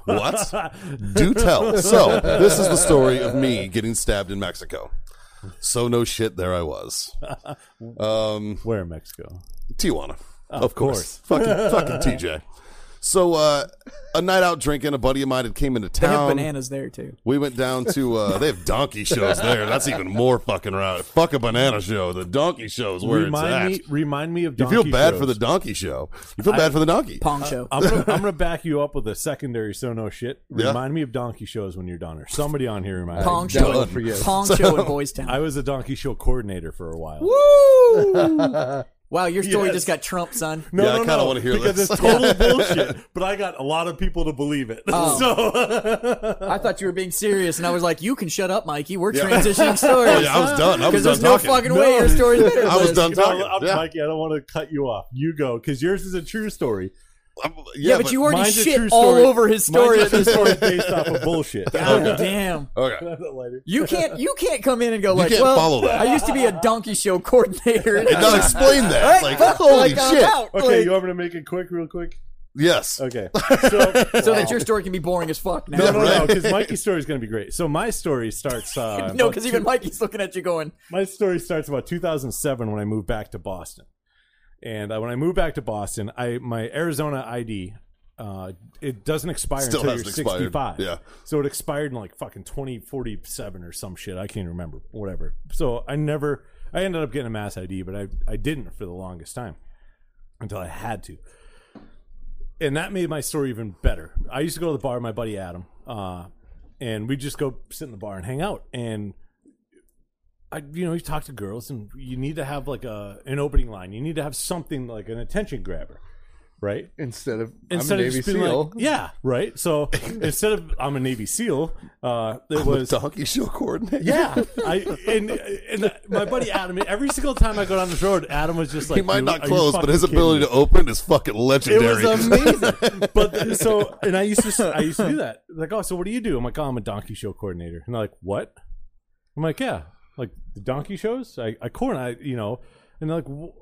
S1: what? Do tell. So this is the story of me getting stabbed in Mexico. So no shit, there I was.
S4: Where in Mexico?
S1: Tijuana. Of course. fucking fucking TJ. So uh, a night out drinking, a buddy of mine had came into
S2: They have
S1: town.
S2: bananas there too.
S1: we went down to uh, they have donkey shows there. That's even more fucking rad. Fuck a banana show. The donkey show is where
S4: Remind me,
S1: it's at.
S4: remind me of
S1: you feel
S4: donkey
S1: bad
S4: shows.
S1: for the donkey show. You feel bad for the donkey.
S2: Pong show.
S4: I'm gonna, I'm gonna back you up with a secondary so no shit.
S1: Yeah.
S4: Remind me of donkey shows when you're done, or somebody on here
S1: Uh,
S4: reminds
S2: Pong
S4: me.
S2: show.
S1: done.
S3: Forget.
S2: Pong show in Boys Town.
S4: I was a donkey show coordinator for a while.
S2: Woo! Wow, your story
S4: Yes.
S2: just got Trump, son.
S4: No,
S1: Yeah, I
S4: no,
S1: kinda
S4: no,
S1: wanna hear
S4: because
S1: this.
S4: it's total bullshit. But I got a lot of people to believe it.
S2: Oh.
S4: So
S2: I thought you were being serious, and I was like, "You can shut up, Mikey. We're
S1: Yeah.
S2: transitioning stories."
S1: Oh, yeah, I was done. I was done
S2: Because there's no
S1: talking.
S2: fucking way your story's better. than
S1: I was
S2: this.
S1: done
S4: You know,
S1: talking.
S4: I'm
S1: yeah.
S4: Mikey. I don't want to cut you off. You go because yours is a true story.
S1: I'm-
S2: Yeah, but, you already
S4: mine's a true
S2: shit all
S4: story.
S2: over his story.
S4: Mine's a true story based off of bullshit.
S2: God damn.
S1: okay.
S4: Later.
S2: You can't you can't come in and go like
S1: can't
S2: well
S1: follow that.
S2: I used to be a donkey show coordinator.
S1: It does explain
S2: All
S1: that.
S2: right,
S1: Like,
S2: fuck,
S1: holy
S2: like, I'm
S1: shit.
S2: out.
S4: Okay,
S2: Like,
S4: you want me to make it quick, real quick?
S1: Yes.
S4: Okay. So,
S2: so that your story can be boring as fuck now.
S4: no, no, no,
S1: Right.
S4: because Mikey's story is going to be great. So my story starts. Uh,
S2: No,
S4: about
S2: because
S4: two-
S2: even Mikey's looking at you going,
S4: my story starts about 2007 when I moved back to Boston. And uh, when I moved back to Boston, I my Arizona ID uh, it doesn't expire
S1: Still
S4: until you're
S1: hasn't expired.
S4: 65.
S1: Yeah.
S4: So it expired in like fucking 2047 or some shit. I can't remember. Whatever. So I never I ended up getting a mass ID, but I I didn't for the longest time until I had to and that made my story even better. I used to go to the bar, with my buddy Adam, uh, and we'd just go sit in the bar and hang out. And I, you know, you talk to girls, and you need to have like a an opening line. You need to have something like an attention grabber, right?
S3: Instead of
S4: Instead
S3: I'm a
S4: of
S3: Navy
S4: just being
S3: SEAL,
S4: like, yeah, right. So instead of I'm a Navy SEAL, uh, it
S1: I'm
S4: was
S1: a donkey show coordinator.
S4: yeah. I and and my buddy Adam. Every single time I go down this road, Adam was just like
S1: He might
S4: "Dude,
S1: not
S4: are you
S1: close, but
S4: fucking
S1: his
S4: kidding
S1: ability
S4: me?"
S1: to open is fucking legendary.
S4: It was amazing. but th- so, and I used to, I used to do that. Like, oh, so what do you do? I'm like, oh, I'm a donkey show coordinator. And they're like, what? I'm like, yeah, like the donkey shows. I, I coordinate, you know. And they're like, "Wh-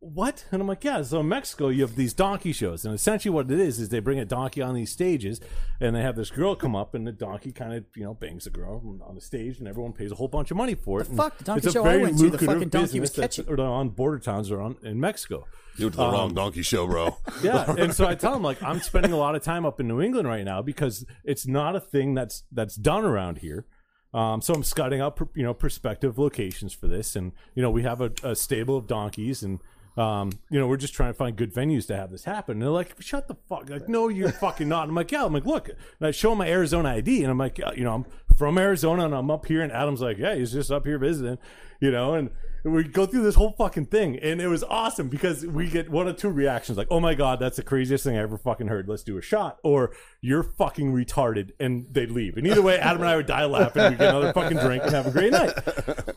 S4: what? And I'm like, yeah. So in Mexico, you have these donkey shows, and essentially what it is is they bring a donkey on these stages, and they have this girl come up, and the donkey kind of, you know, bangs the girl on the stage, and everyone pays a whole bunch of money for it.
S2: The
S4: And
S2: fuck? The donkey
S4: it's a
S2: show I
S4: very
S2: went to, the
S4: lucrative
S2: fucking donkey was
S4: business that's-
S2: catching.
S4: or on border towns or on in Mexico.
S1: you went to the
S2: Um,
S1: wrong donkey show, bro.
S4: Yeah, and so I tell him like I'm spending a lot of time up in New England right now because it's not a thing that's that's done around here. Um, so I'm scouting out you know prospective locations for this, and you know we have a, a stable of donkeys, and um, you know we're just trying to find good venues to have this happen. And they're like, "Shut the fuck!" Like, no, you're fucking not. I'm like, "Yeah." I'm like, "Look," and I show him my Arizona ID, and I'm like, yeah, "You know, I'm from Arizona, and I'm up here." And Adam's like, "Yeah, he's just up here visiting," you know, and we go through this whole fucking thing and it was awesome because we get one of two reactions like oh my god that's the craziest thing i ever fucking heard let's do a shot or you're fucking retarded and they leave and either way adam and i would die laughing we get another fucking drink and have a great night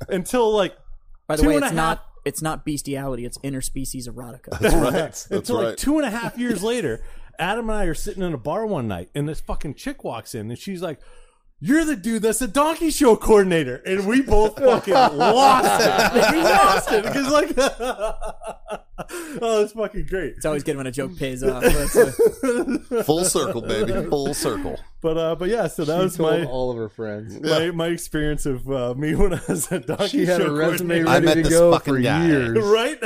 S4: until like
S2: By the
S4: Two
S2: way,
S4: and
S2: it's
S4: a
S2: not
S4: half-
S2: it's not bestiality, it's interspecies erotica.
S1: That's right. That's
S4: until like
S1: right.
S4: two and a half years later, Adam and I are sitting in a bar one night, and this fucking chick walks in, and she's like, "You're the dude that's the donkey show coordinator," and we both fucking lost it. We lost it because like, oh, it's fucking great.
S2: It's always good when a joke pays off. That's a-
S1: oh, Full circle, baby. Full circle.
S4: But uh, but yeah, so that
S3: she
S4: was
S3: told
S4: my.
S3: all of her friends.
S4: My, my experience of uh, me when I was a donkey
S3: She had
S4: show
S3: a resume
S4: coordinator.
S1: I
S3: ready
S1: met
S3: to
S1: this
S3: go
S1: fucking
S3: for
S1: guy.
S3: years.
S4: right?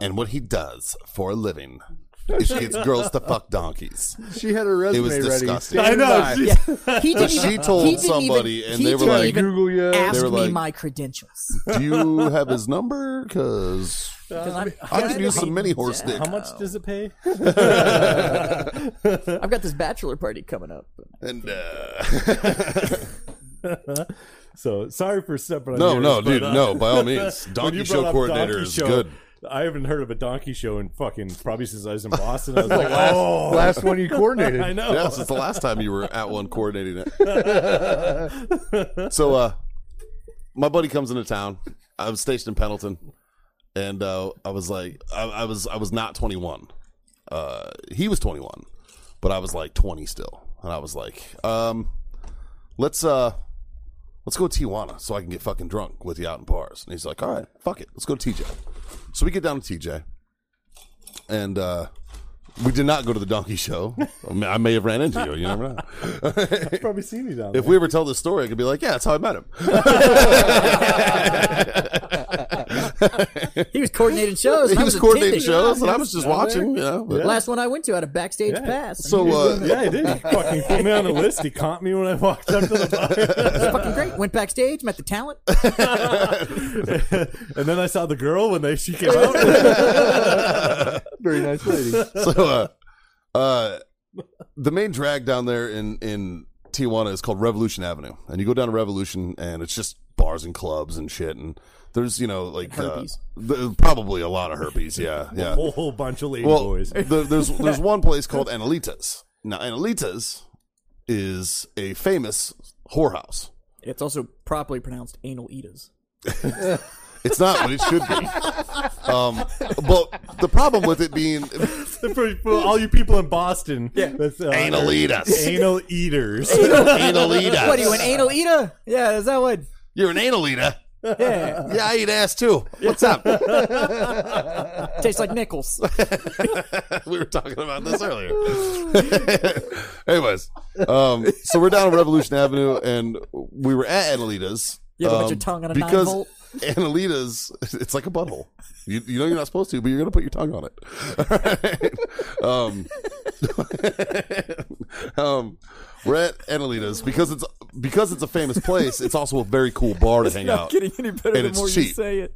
S1: And what he does for a living is he gets girls to fuck donkeys.
S3: She had her resume
S1: It was
S3: ready.
S1: disgusting.
S4: I
S3: Stand
S4: know.
S3: by.
S4: she's-
S2: he didn't
S1: She
S2: even,
S1: told
S2: he didn't
S1: somebody,
S2: even,
S1: and
S2: he
S1: they were
S2: didn't
S1: like,
S2: even
S3: Google you.
S2: ask
S1: They were
S2: me
S1: like-
S2: my credentials.
S1: Do you have his number? Because
S2: 'Cause I'm-
S1: I could use some mini horse dick.
S4: How much does it pay?
S2: I've got this bachelor party coming up.
S1: And uh,
S4: So sorry for stepping on
S1: no,
S4: yours,
S1: no,
S4: but,
S1: dude,
S4: uh,
S1: no. By all means,
S4: When
S1: donkey
S4: you brought
S1: show
S4: up
S1: coordinator
S4: donkey
S1: is
S4: show,
S1: good.
S4: I haven't heard of a donkey show in fucking probably since I was in Boston. I was like, oh,
S3: Last one you coordinated.
S4: I know.
S1: Yeah, since the last time you were at one coordinating it. so, uh, my buddy comes into town. I was stationed in Pendleton, and uh, I was like, I, I was, I was not 21. Uh, he was 21, but I was like 20 still, and I was like, um, let's, uh, let's go to Tijuana so I can get fucking drunk with you out in bars. And he's like, all right, fuck it, let's go to TJ. So we get down to TJ, and uh, we did not go to the donkey show. I may- I may have ran into you. You never know.
S4: I've probably seen you down there.
S1: If we ever tell this story, I could be like, "Yeah, that's how I met him."
S2: He was coordinating shows. and
S1: he
S2: I
S1: was
S2: attending.
S1: coordinating shows, and I was just watching. Yeah, but-
S2: Last one I went to had a backstage pass. So
S1: So uh,
S4: yeah, he did. He fucking put me on the list. He caught me when I walked up to the
S1: uh,
S2: fucking great. Went backstage, met the talent.
S4: bar, and then I saw the girl when they she came out.
S3: Very nice lady.
S1: so uh, uh, the main drag down there in in Tijuana is called Revolution Avenue, and you go down to Revolution, and it's just bars and clubs and shit. And there's you know like uh,
S2: Herpes.
S1: th- probably a lot of herpes. Yeah, yeah.
S4: A whole, whole bunch of lady
S1: well,
S4: boys.
S1: there- there's there's one place called Analitas. Now Analitas is a famous whorehouse.
S2: It's also properly pronounced anal eaters.
S1: It's not what it should be. Um, but the problem with it being
S4: For- for all you people in Boston, yeah. that's, uh,
S1: Analitas.
S4: anal eaters.
S1: Analitas.
S2: What are you, an anal eater? Yeah, is that what?
S1: You're an analita.
S2: Yeah,
S1: Yeah, I eat ass too. What's up?
S2: tastes like nickels.
S1: we were talking about this earlier. Anyways, um, so we're down on Revolution Avenue, and we were at Annalita's.
S2: You have a bunch
S1: um,
S2: of tongue on a nine
S1: because
S2: volt.
S1: Annalita's, it's like a butthole. You, you know you're not supposed to, but you're gonna put your tongue on it. um, um, we're at Annalita's because it's because it's a famous place. It's also a very cool bar to hang
S2: Not
S1: out.
S2: getting any better the
S1: it's
S2: more you
S1: cheap.
S2: say it.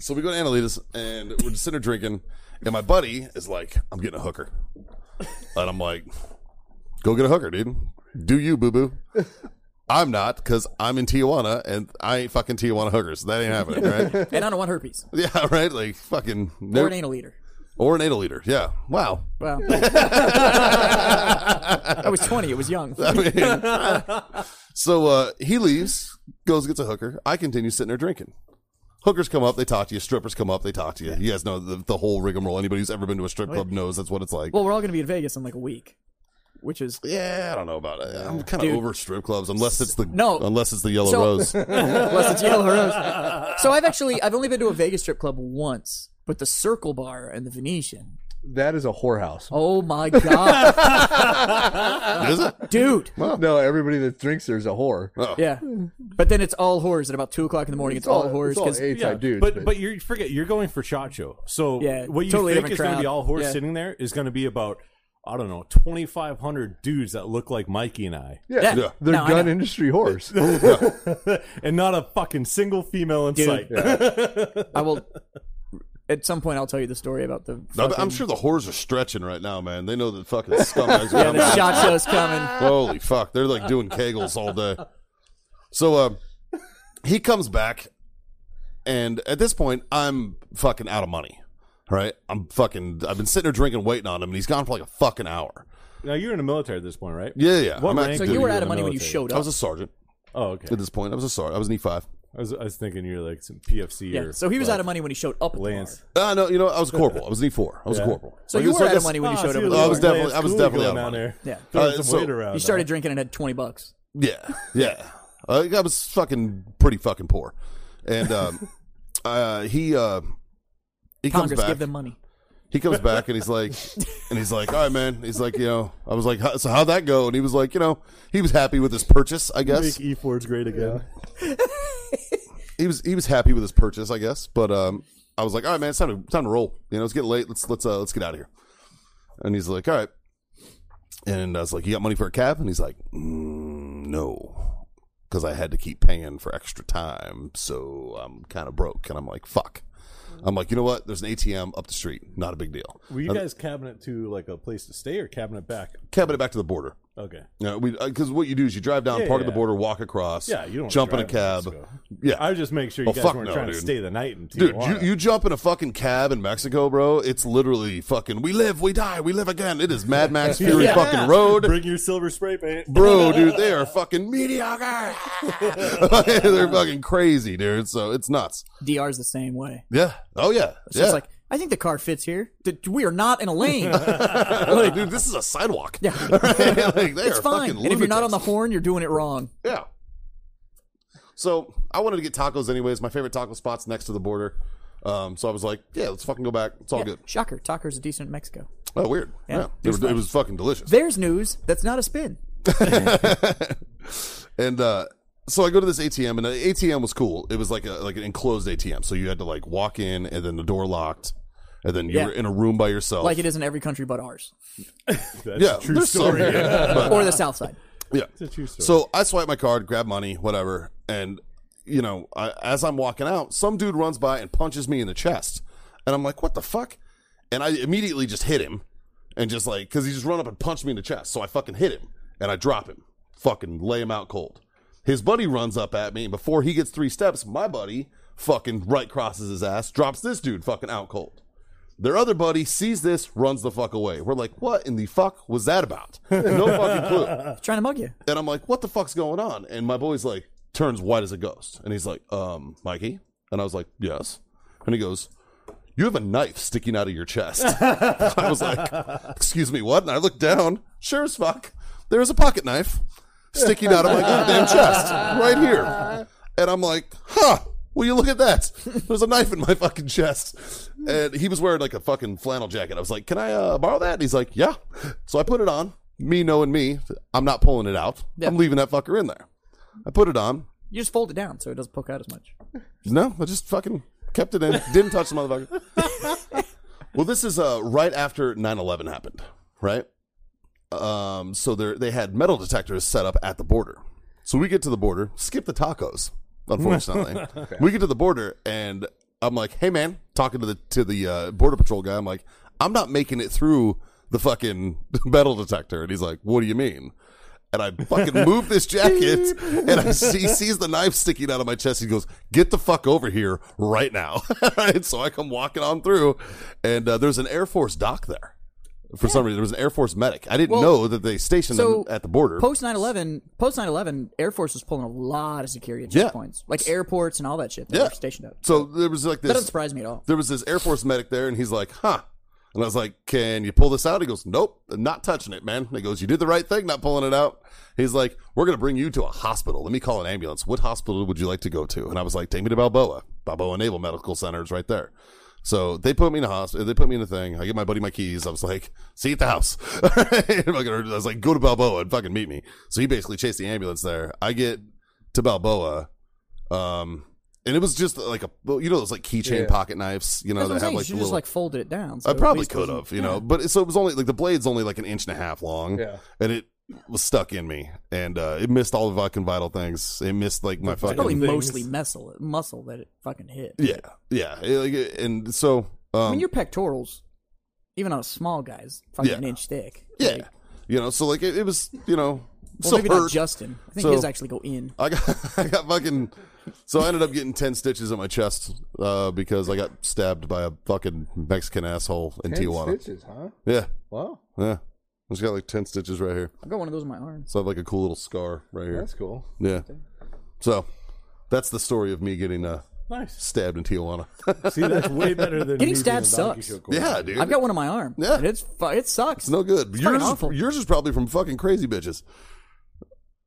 S1: So we go to Annalita's and we're just sitting there drinking. And my buddy is like, I'm getting a hooker. And I'm like, go get a hooker, dude. Do you, boo boo. I'm not because I'm in Tijuana and I ain't fucking Tijuana hookers. That ain't happening, right?
S2: And I don't want herpes
S1: yeah, right? Like, fucking.
S2: or
S1: nope.
S2: an anal eater.
S1: Or an anal leader. Yeah. Wow.
S2: Well, I was 20. It was young.
S1: I mean, so uh, he leaves, goes gets a hooker. I continue sitting there drinking. Hookers come up, they talk to you. Strippers come up, they talk to you. You guys know the, the whole rigmarole. Anybody who's ever been to a strip club knows that's what it's like.
S2: Well, we're all going to be in Vegas in like a week, which is
S1: yeah, I don't know about it. I'm kind of
S2: Dude.
S1: over strip clubs unless it's the
S2: No.
S1: unless it's the Yellow
S2: So-
S1: Rose.
S2: unless it's Yellow Rose. So I've actually I've only been to a Vegas strip club once, but the Circle Bar and the Venetian.
S3: That is a whorehouse.
S2: Oh my god,
S1: Is it?
S2: dude.
S3: No, everybody that drinks there is a whore.
S2: Yeah, but then it's all whores at about two o'clock in the morning. It's, all, whores
S3: Oh. It's all
S2: because
S3: A type dudes.
S4: but but you forget you're going for shot show. So
S2: Yeah,
S4: what you
S2: totally
S4: think
S2: different
S4: is going to be
S2: crowd.
S4: all horse
S2: Yeah.
S4: sitting there is going to be about I don't know 2,500 dudes that look like Mikey and I,
S3: yeah,
S2: Yeah.
S3: they're
S2: No, I
S3: gun
S2: know.
S3: industry whores.
S4: and not a fucking single female in sight.
S2: I will. At some point, I'll tell you the story about the
S1: I'm, I'm sure the whores are stretching right now, man. They know that fucking scumbags. are
S2: yeah,
S1: coming.
S2: the shot show's coming.
S1: Holy fuck. They're like doing kegels all day. So uh, he comes back, and at this point, I'm fucking out of money. Right? I'm fucking. I've been sitting there drinking, waiting on him, and he's gone for like a fucking hour.
S4: Now you're in the military at this point, right?
S1: Yeah, yeah.
S4: What
S1: I'm
S4: rank
S1: active
S2: So
S4: Dude,
S2: you were
S4: you're in
S2: out of money when you
S4: military.
S2: showed
S1: I
S2: up.
S1: was a sergeant
S4: Oh, okay.
S1: at this point. I was a sergeant. I was an E E5.
S4: I was, I was thinking you're like some PFC
S2: yeah,
S4: or
S2: so he was
S4: like,
S2: out of money when he showed up. At
S4: Lance.
S2: The bar.
S1: Ah, no, you know, I was a corporal. I was an E4. I was
S4: Yeah.
S1: a corporal.
S2: So
S1: Like,
S2: you were
S1: like
S2: out of
S1: a-
S2: money when you
S4: Ah,
S2: showed
S4: so
S2: up.
S4: you're
S2: At the
S1: I
S4: like
S1: Oh, was
S2: bar.
S1: definitely-
S4: Lance
S1: I was
S4: Cooley
S1: definitely
S4: going
S1: out of
S4: down
S1: money.
S4: there.
S2: Yeah.
S4: Throwing
S1: Uh,
S4: some
S1: so-
S4: weight around.
S2: You started drinking and had twenty bucks.
S1: Yeah, yeah. Uh, I was fucking pretty fucking poor, and um, uh, he uh, he
S2: Congress
S1: comes back.
S2: give them money.
S1: he comes back and he's like, and he's like, all right, man. He's like, you know, I was like, "How- so how'd that go? And he was like, you know, he was happy with his purchase, I guess.
S4: Make E4's great again.
S1: He was he was happy with his purchase, I guess. But um, I was like, all right, man, it's time to time to roll. You know, it's getting late. Let's let's uh, let's get out of here. And he's like, all right. And I was like, you got money for a cab? And he's like, mm, no, because I had to keep paying for extra time, so I'm kind of broke. And I'm like, fuck. I'm like, you know what? There's an ATM up the street. Not a big deal.
S4: Were you guys cabinet to like a place to stay or cabinet back?
S1: Cabbing it back to the border.
S4: Okay.
S1: Yeah, we because what you do is you drive down,
S4: Yeah,
S1: park at
S4: yeah.
S1: the border, walk across,
S4: Yeah, you don't
S1: jump in a
S4: drive
S1: cab.
S4: in Mexico.
S1: Yeah,
S4: I was just making sure you
S1: Oh,
S4: guys
S1: fuck
S4: weren't
S1: no,
S4: trying to
S1: dude.
S4: stay the night in
S1: dude,
S4: Tijuana.
S1: you, you jump in a fucking cab in Mexico, bro. It's literally fucking. We live, we die, we live again. It is Mad Max Fury
S4: Yeah.
S1: fucking road,
S4: Bring your silver spray paint.
S1: bro, dude. They are fucking mediocre. They're fucking crazy, dude. So it's nuts.
S2: DR's the same way.
S1: Yeah. Oh yeah.
S2: So
S1: yeah.
S2: It's like I think the car fits here. D- We are not in a lane.
S1: dude, this is a sidewalk.
S2: uh, Yeah.
S1: like, they
S2: it's
S1: are
S2: fine.
S1: fucking
S2: And if you're not on
S1: lunatics.
S2: the horn, you're doing it wrong.
S1: Yeah. So I wanted to get tacos anyways. My favorite taco spot's next to the border. Um, so I was like, yeah, let's fucking go back. It's all
S2: Yeah.
S1: good.
S2: Shocker. Tacos are decent in Mexico.
S1: Oh, weird.
S2: Yeah.
S1: Yeah. It, was, it was fucking delicious.
S2: There's news that's not a spin.
S1: And uh, so I go to this ATM, and the ATM was cool. It was like a like an enclosed ATM. So you had to like walk in, and then the door locked, and then you
S2: Yeah.
S1: were in a room by yourself.
S2: Like it is in every country but ours.
S4: That's
S1: yeah,
S4: a true
S1: there's some-
S4: story.
S1: but-
S2: Or the South Side.
S1: Yeah.
S4: a true story.
S1: So I swipe my card, grab money, whatever, and you know, I, as I'm walking out, some dude runs by and punches me in the chest, and I'm like, "What the fuck?" And I immediately just hit him, and just like, because he just run up and punched me in the chest, so I fucking hit him, and I drop him, fucking lay him out cold. His buddy runs up at me, and before he gets three steps, my buddy fucking right crosses his ass, drops this dude fucking out cold. Their other buddy sees this, runs the fuck away. We're like, what in the fuck was that about? No fucking clue.
S2: He's trying to mug you.
S1: And I'm like, what the fuck's going on? And my boy's like, turns white as a ghost. And he's like, um, Mikey? And I was like, yes. And he goes, you have a knife sticking out of your chest. I was like, excuse me, what? And I looked down, sure as fuck, there was a pocket knife sticking out of my goddamn chest right here. And I'm like, huh, will you look at that? There's a knife in my fucking chest. And he was wearing like a fucking flannel jacket. I was like, can I uh, borrow that? And he's like, yeah. So I put it on. Me knowing me, I'm not pulling it out. I'm leaving that fucker in there. I put it on.
S2: You just fold it down so it doesn't poke out as much.
S1: No, I just fucking kept it in. Didn't touch the motherfucker. well, this is uh, right after 9-11 happened, right? Um, so they they had metal detectors set up at the border. So we get to the border, skip the tacos, unfortunately. We get to the border, and I'm like, "Hey, man," talking to the to the uh, border patrol guy. I'm like, "I'm not making it through the fucking metal detector," and he's like, "What do you mean?" and I fucking move this jacket, and I see, he sees the knife sticking out of my chest. He goes, "Get the fuck over here right now!" and so I come walking on through, and uh, there's an Air Force doc there. For some reason, there was an Air Force medic. I didn't
S2: Well,
S1: know that they stationed
S2: so,
S1: them at the border.
S2: Post 9/11, post 9/11, Air Force was pulling a lot of security at
S1: Yeah.
S2: checkpoints, like airports and all that shit. That
S1: Yeah.
S2: were stationed at.
S1: so there was like
S2: That doesn't
S1: this.
S2: surprise me at all.
S1: There was this Air Force medic there, and he's like, "Huh." And I was like, "Can you pull this out?" He goes, "Nope, not touching it, man." And he goes, "You did the right thing, not pulling it out." He's like, "We're gonna bring you to a hospital. Let me call an ambulance. What hospital would you like to go to?" And I was like, "Take me to Balboa. Balboa Naval Medical Center is right there." So they put me in a hospital. They put me in a thing. I give my buddy my keys. I was like, "See you at the house." And I was like, "Go to Balboa and fucking meet me." So he basically chased the ambulance there. I get to Balboa. Um, and it was just like a you know those like keychain
S3: Yeah.
S1: pocket knives you know
S2: That's what I'm
S1: that have
S2: saying.
S1: like
S2: you
S1: the
S2: should just
S1: little
S2: like folded it down. so
S1: I
S2: at
S1: probably
S2: least it
S1: could
S2: wasn't-
S1: have you know
S2: Yeah.
S1: but it, so it was only like the blade's only like an inch and a half long
S3: Yeah.
S1: and it was stuck in me and uh, it missed all the fucking vital things it missed like my fucking
S2: Probably
S4: things.
S2: mostly muscle, muscle that it fucking hit.
S1: yeah yeah It, like, it- and so um
S2: I mean, your pectorals, even on a small guy's, fucking
S1: Yeah.
S2: an inch thick.
S1: yeah
S2: Like,
S1: you know so like it, it was you know
S2: well,
S1: so
S2: maybe
S1: hurt.
S2: not Justin. I think
S1: So-
S2: his actually go in.
S1: I got I got fucking so I ended up getting ten stitches on my chest uh, because I got stabbed by a fucking Mexican asshole in
S3: Ten
S1: Tijuana.
S3: stitches, huh?
S1: Yeah,
S3: Wow,
S1: yeah. I just got like ten stitches right here.
S2: I've got one of those in my arm.
S1: So I have like a cool little scar right here.
S3: that's cool.
S1: yeah. So that's the story of me getting uh,
S4: Nice.
S1: stabbed in Tijuana.
S4: See, that's way better than
S2: Getting
S4: me being
S2: stabbed
S4: a donkey
S2: sucks.
S4: show coach.
S1: yeah, dude.
S2: I've got one in my arm.
S1: Yeah.
S2: and it's fu- it sucks.
S1: it's no good.
S2: fucking
S1: Yours is,
S2: awful.
S1: yours is probably from fucking crazy bitches.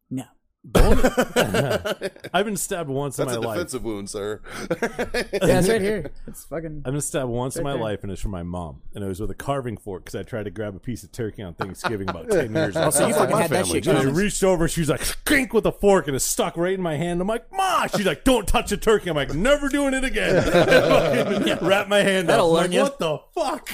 S2: no.
S4: I've been stabbed once
S1: That's
S4: in
S1: a
S4: my life.
S1: defensive wound, sir.
S2: Yeah, it's right here. It's fucking.
S4: I've been stabbed once in my life, and it's from my mom, and it was with a carving fork because I tried to grab a piece of turkey on Thanksgiving about ten years ago.
S2: Oh, So you fucking
S1: my
S2: had that
S1: family,
S2: shit
S1: dude.
S4: And I
S2: coming.
S4: reached over, she was like, skink with a fork, and it stuck right in my hand. I'm like, Ma! She's like, don't touch the turkey. I'm like, never doing it again. Fucking Wrap my hand
S2: That'll
S4: up. I'm
S2: learn you.
S4: like, what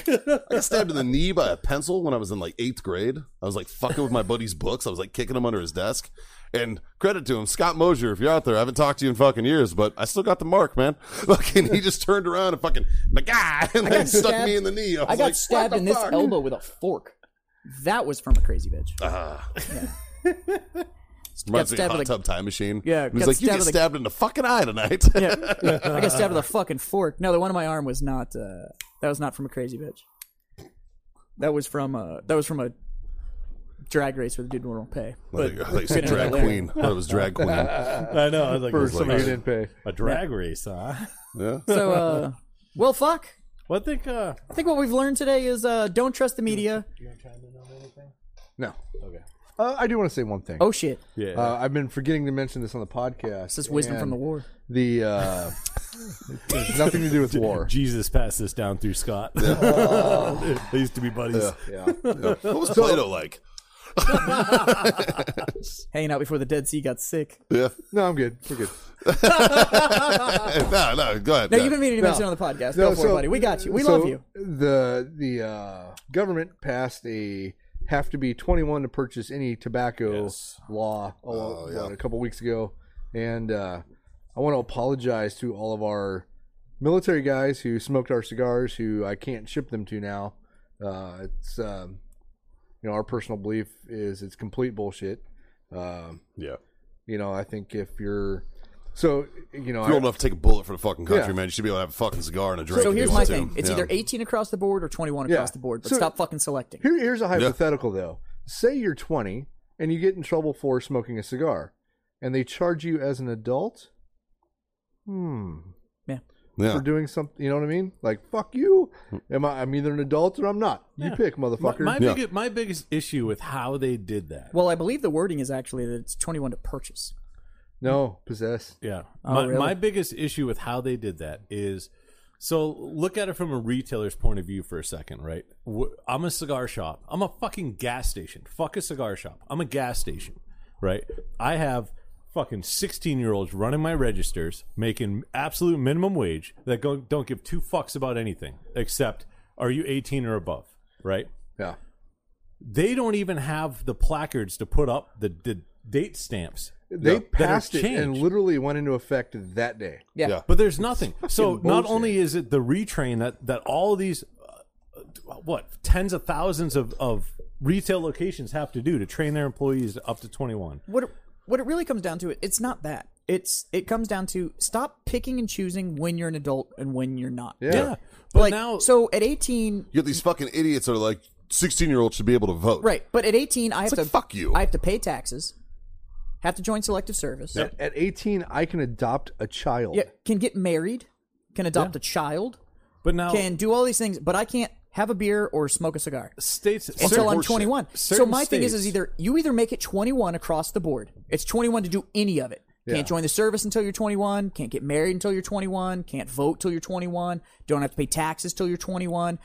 S4: the fuck?
S1: I got stabbed in the knee by a pencil when I was in like eighth grade. I was like fucking with my buddy's books. I was like kicking him under his desk. And credit to him, Scott Mosier, if you're out there, I haven't talked to you in fucking years, but I still got the mark, man. Fucking, he just turned around and fucking, my guy, and like stuck
S2: stabbed-
S1: me in the knee. I, was
S2: I got
S1: like,
S2: stabbed
S1: what
S2: in
S1: the
S2: this
S1: fuck?
S2: elbow with a fork. That was from a crazy bitch.
S1: Reminds me Uh-huh. of
S2: stabbed
S1: Hot
S2: with a-
S1: Tub Time Machine.
S2: Yeah,
S1: And he's
S2: got
S1: like, you
S2: stabbed
S1: get
S2: with a-
S1: stabbed in the fucking eye tonight.
S2: yeah. I got stabbed with a fucking fork. No, the one on my arm was not. Uh, that was not from a crazy bitch. That was from a. That was from a drag race where the dude won't pay.
S1: I
S2: But
S1: thought you said
S2: Couldn't
S1: drag
S2: relate.
S1: queen. I thought it was drag queen. Yeah.
S4: I know. I was like,
S3: For
S4: was like,
S3: somebody who didn't pay.
S4: a drag race, huh?
S2: so, uh, well, fuck.
S4: Well, I think, uh,
S2: I think what we've learned today is uh, don't trust the media.
S3: No. Okay. Uh, I do want to say one thing.
S2: Oh shit,
S4: yeah.
S3: Uh, I've been forgetting to mention this on the podcast.
S2: this is wisdom
S3: and
S2: from the war.
S3: The uh, it's nothing to do with war.
S4: Jesus passed this down through Scott. they used to be buddies.
S3: Yeah.
S1: What was Plato like?
S2: Hanging out before the Dead Sea got sick.
S1: Yeah.
S3: No, I'm good. We're good.
S1: no, no, go ahead.
S2: No,
S1: yeah.
S2: you've been meaning to mention it on the podcast.
S3: No,
S2: Go for
S3: so-
S2: it, buddy. We got you. We
S3: so
S2: love you.
S3: The the uh, government passed a have to be 21 to purchase any tobacco
S4: Yes.
S3: law a, a couple weeks ago, and uh, I want to apologize to all of our military guys who smoked our cigars, who I can't ship them to now. Uh, it's um, you know our personal belief is it's complete bullshit. Um,
S1: Yeah.
S3: You know, I think if you're so, you know,
S1: If you're
S3: I,
S1: old enough to take a bullet for the fucking country,
S3: Yeah.
S1: man, you should be able to have a fucking cigar and a drink.
S2: So
S1: if you
S2: here's my
S1: want
S2: thing:
S1: to.
S2: it's
S1: Yeah.
S2: either 18 across the board or 21
S3: Yeah.
S2: across the board. But
S3: So-
S2: stop fucking selecting.
S3: Here, here's a hypothetical though. Say you're 20 and you get in trouble for smoking a cigar, and they charge you as an adult. Hmm.
S2: Yeah.
S1: Yeah.
S3: For doing something, you know what I mean? Like fuck you. Am I? I'm either an adult or I'm not. You
S4: Yeah.
S3: pick,
S4: My,
S3: motherfucker.
S4: my,
S1: Yeah.
S4: big, my biggest issue with how they did that.
S2: Well, I believe the wording is actually that it's 21 to purchase.
S3: no, possess.
S4: Yeah.
S2: Oh,
S4: my,
S2: really?
S4: my biggest issue with how they did that is so look at it from a retailer's point of view for a second, right? Wh- I'm a cigar shop. I'm a fucking gas station. Fuck a cigar shop. I'm a gas station, right? I have fucking 16 year olds running my registers, making absolute minimum wage that go, don't give two fucks about anything except are you 18 or above, right?
S3: Yeah.
S4: They don't even have the placards to put up the, the date stamps.
S3: They
S4: that are
S3: passed it and
S4: changed.
S3: literally went into effect that day.
S2: Yeah.
S1: Yeah.
S4: But there's nothing. So
S3: fucking
S4: not
S3: bullshit.
S4: only is it the retrain that that all these uh, what tens of thousands of of retail locations have to do to train their employees up to 21.
S2: What it, what it really comes down to, it's not that. It's it comes down to stop picking and choosing when you're an adult and when you're not.
S3: Yeah.
S4: But
S2: like,
S4: now
S2: so at 18,
S1: You get these fucking idiots that are like, 16 year olds should be able to vote.
S2: right? But at 18, I have
S1: like,
S2: to
S1: fuck you.
S2: I have to pay taxes, have to join selective service.
S3: At 18, I can adopt a child.
S2: Yeah, can get married, can adopt a child,
S4: but now
S2: can do all these things, but I can't have a beer or smoke a cigar.
S4: states
S2: until I'm
S1: horseshit.
S2: 21. So
S4: Certain
S2: my thing is,
S4: states-
S2: is either you either make it 21 across the board. It's 21 to do any of it. Can't join the service until you're 21. Can't get married until you're 21. Can't vote till you're 21. Don't have to pay taxes till you're 21.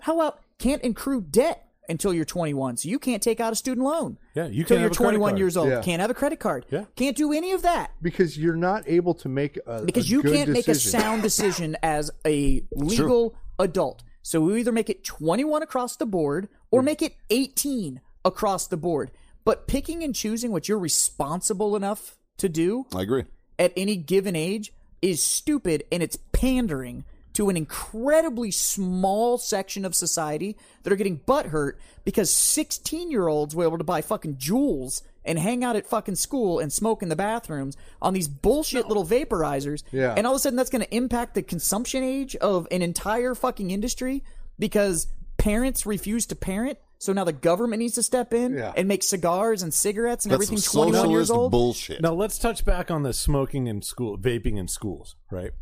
S2: How about can't accrue debt until you're 21? So you can't take out a student loan.
S4: Yeah, you
S2: till
S4: can't
S2: you're
S4: have a credit
S2: 21
S4: card.
S2: years old.
S3: Yeah.
S2: Can't have a credit card.
S4: Yeah.
S2: Can't do any of that
S3: Because you're not able to make a
S2: because
S3: a
S2: you
S3: good
S2: can't make a
S3: decision.
S2: sound decision as a legal adult. So we either make it 21 across the board or make it 18 across the board. But picking and choosing what you're responsible enough to do
S1: I agree.
S2: at any given age is stupid and it's pandering to an incredibly small section of society that are getting butthurt because 16 year olds were able to buy fucking jewels and hang out at fucking school and smoke in the bathrooms on these bullshit little vaporizers.
S3: Yeah.
S2: And all of a sudden that's going to impact the consumption age of an entire fucking industry because parents refuse to parent. So now the government needs to step in
S3: Yeah.
S2: and make cigars and cigarettes and
S1: That's some
S2: everything 21 years
S1: socialist
S2: old.
S1: bullshit.
S4: Now let's touch back on the smoking in school, vaping in schools, right?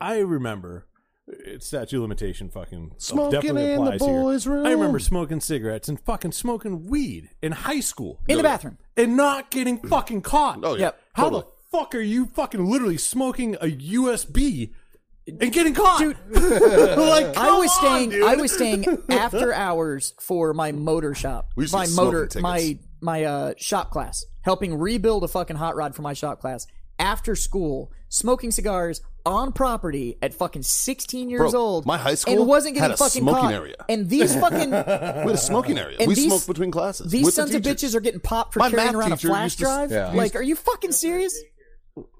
S4: I remember it's statute of limitation fucking
S1: Smoking
S4: definitely
S1: in the
S4: applies here.
S1: boys' room.
S4: I remember smoking cigarettes and fucking smoking weed in high school
S2: in the bathroom.
S4: and not getting fucking caught.
S1: Oh, yeah.
S2: Yep.
S4: How
S1: Totally.
S4: the fuck are you fucking literally smoking a USB and getting caught?
S2: Dude.
S4: like
S2: I was
S4: come on,
S2: staying.
S4: dude.
S2: I was staying after hours for my motor shop.
S1: We used to
S2: my
S1: get
S2: motor,
S1: smoking
S2: my
S1: tickets.
S2: my uh, shop class, helping rebuild a fucking hot rod for my shop class after school, smoking cigars on property at fucking sixteen years
S1: Bro,
S2: old.
S1: my high school
S2: and wasn't getting
S1: had a
S2: fucking
S1: smoking
S2: caught.
S1: area.
S2: And these fucking
S4: Uh,
S1: We had a smoking area.
S2: And
S1: we
S2: these-
S1: smoked between classes.
S2: these
S1: with the
S2: sons of
S1: teachers.
S2: bitches are getting popped for
S1: My
S2: carrying
S1: math
S2: around a
S1: teacher
S2: flash
S1: used to-
S2: drive.
S3: Yeah.
S2: Like, are you fucking serious?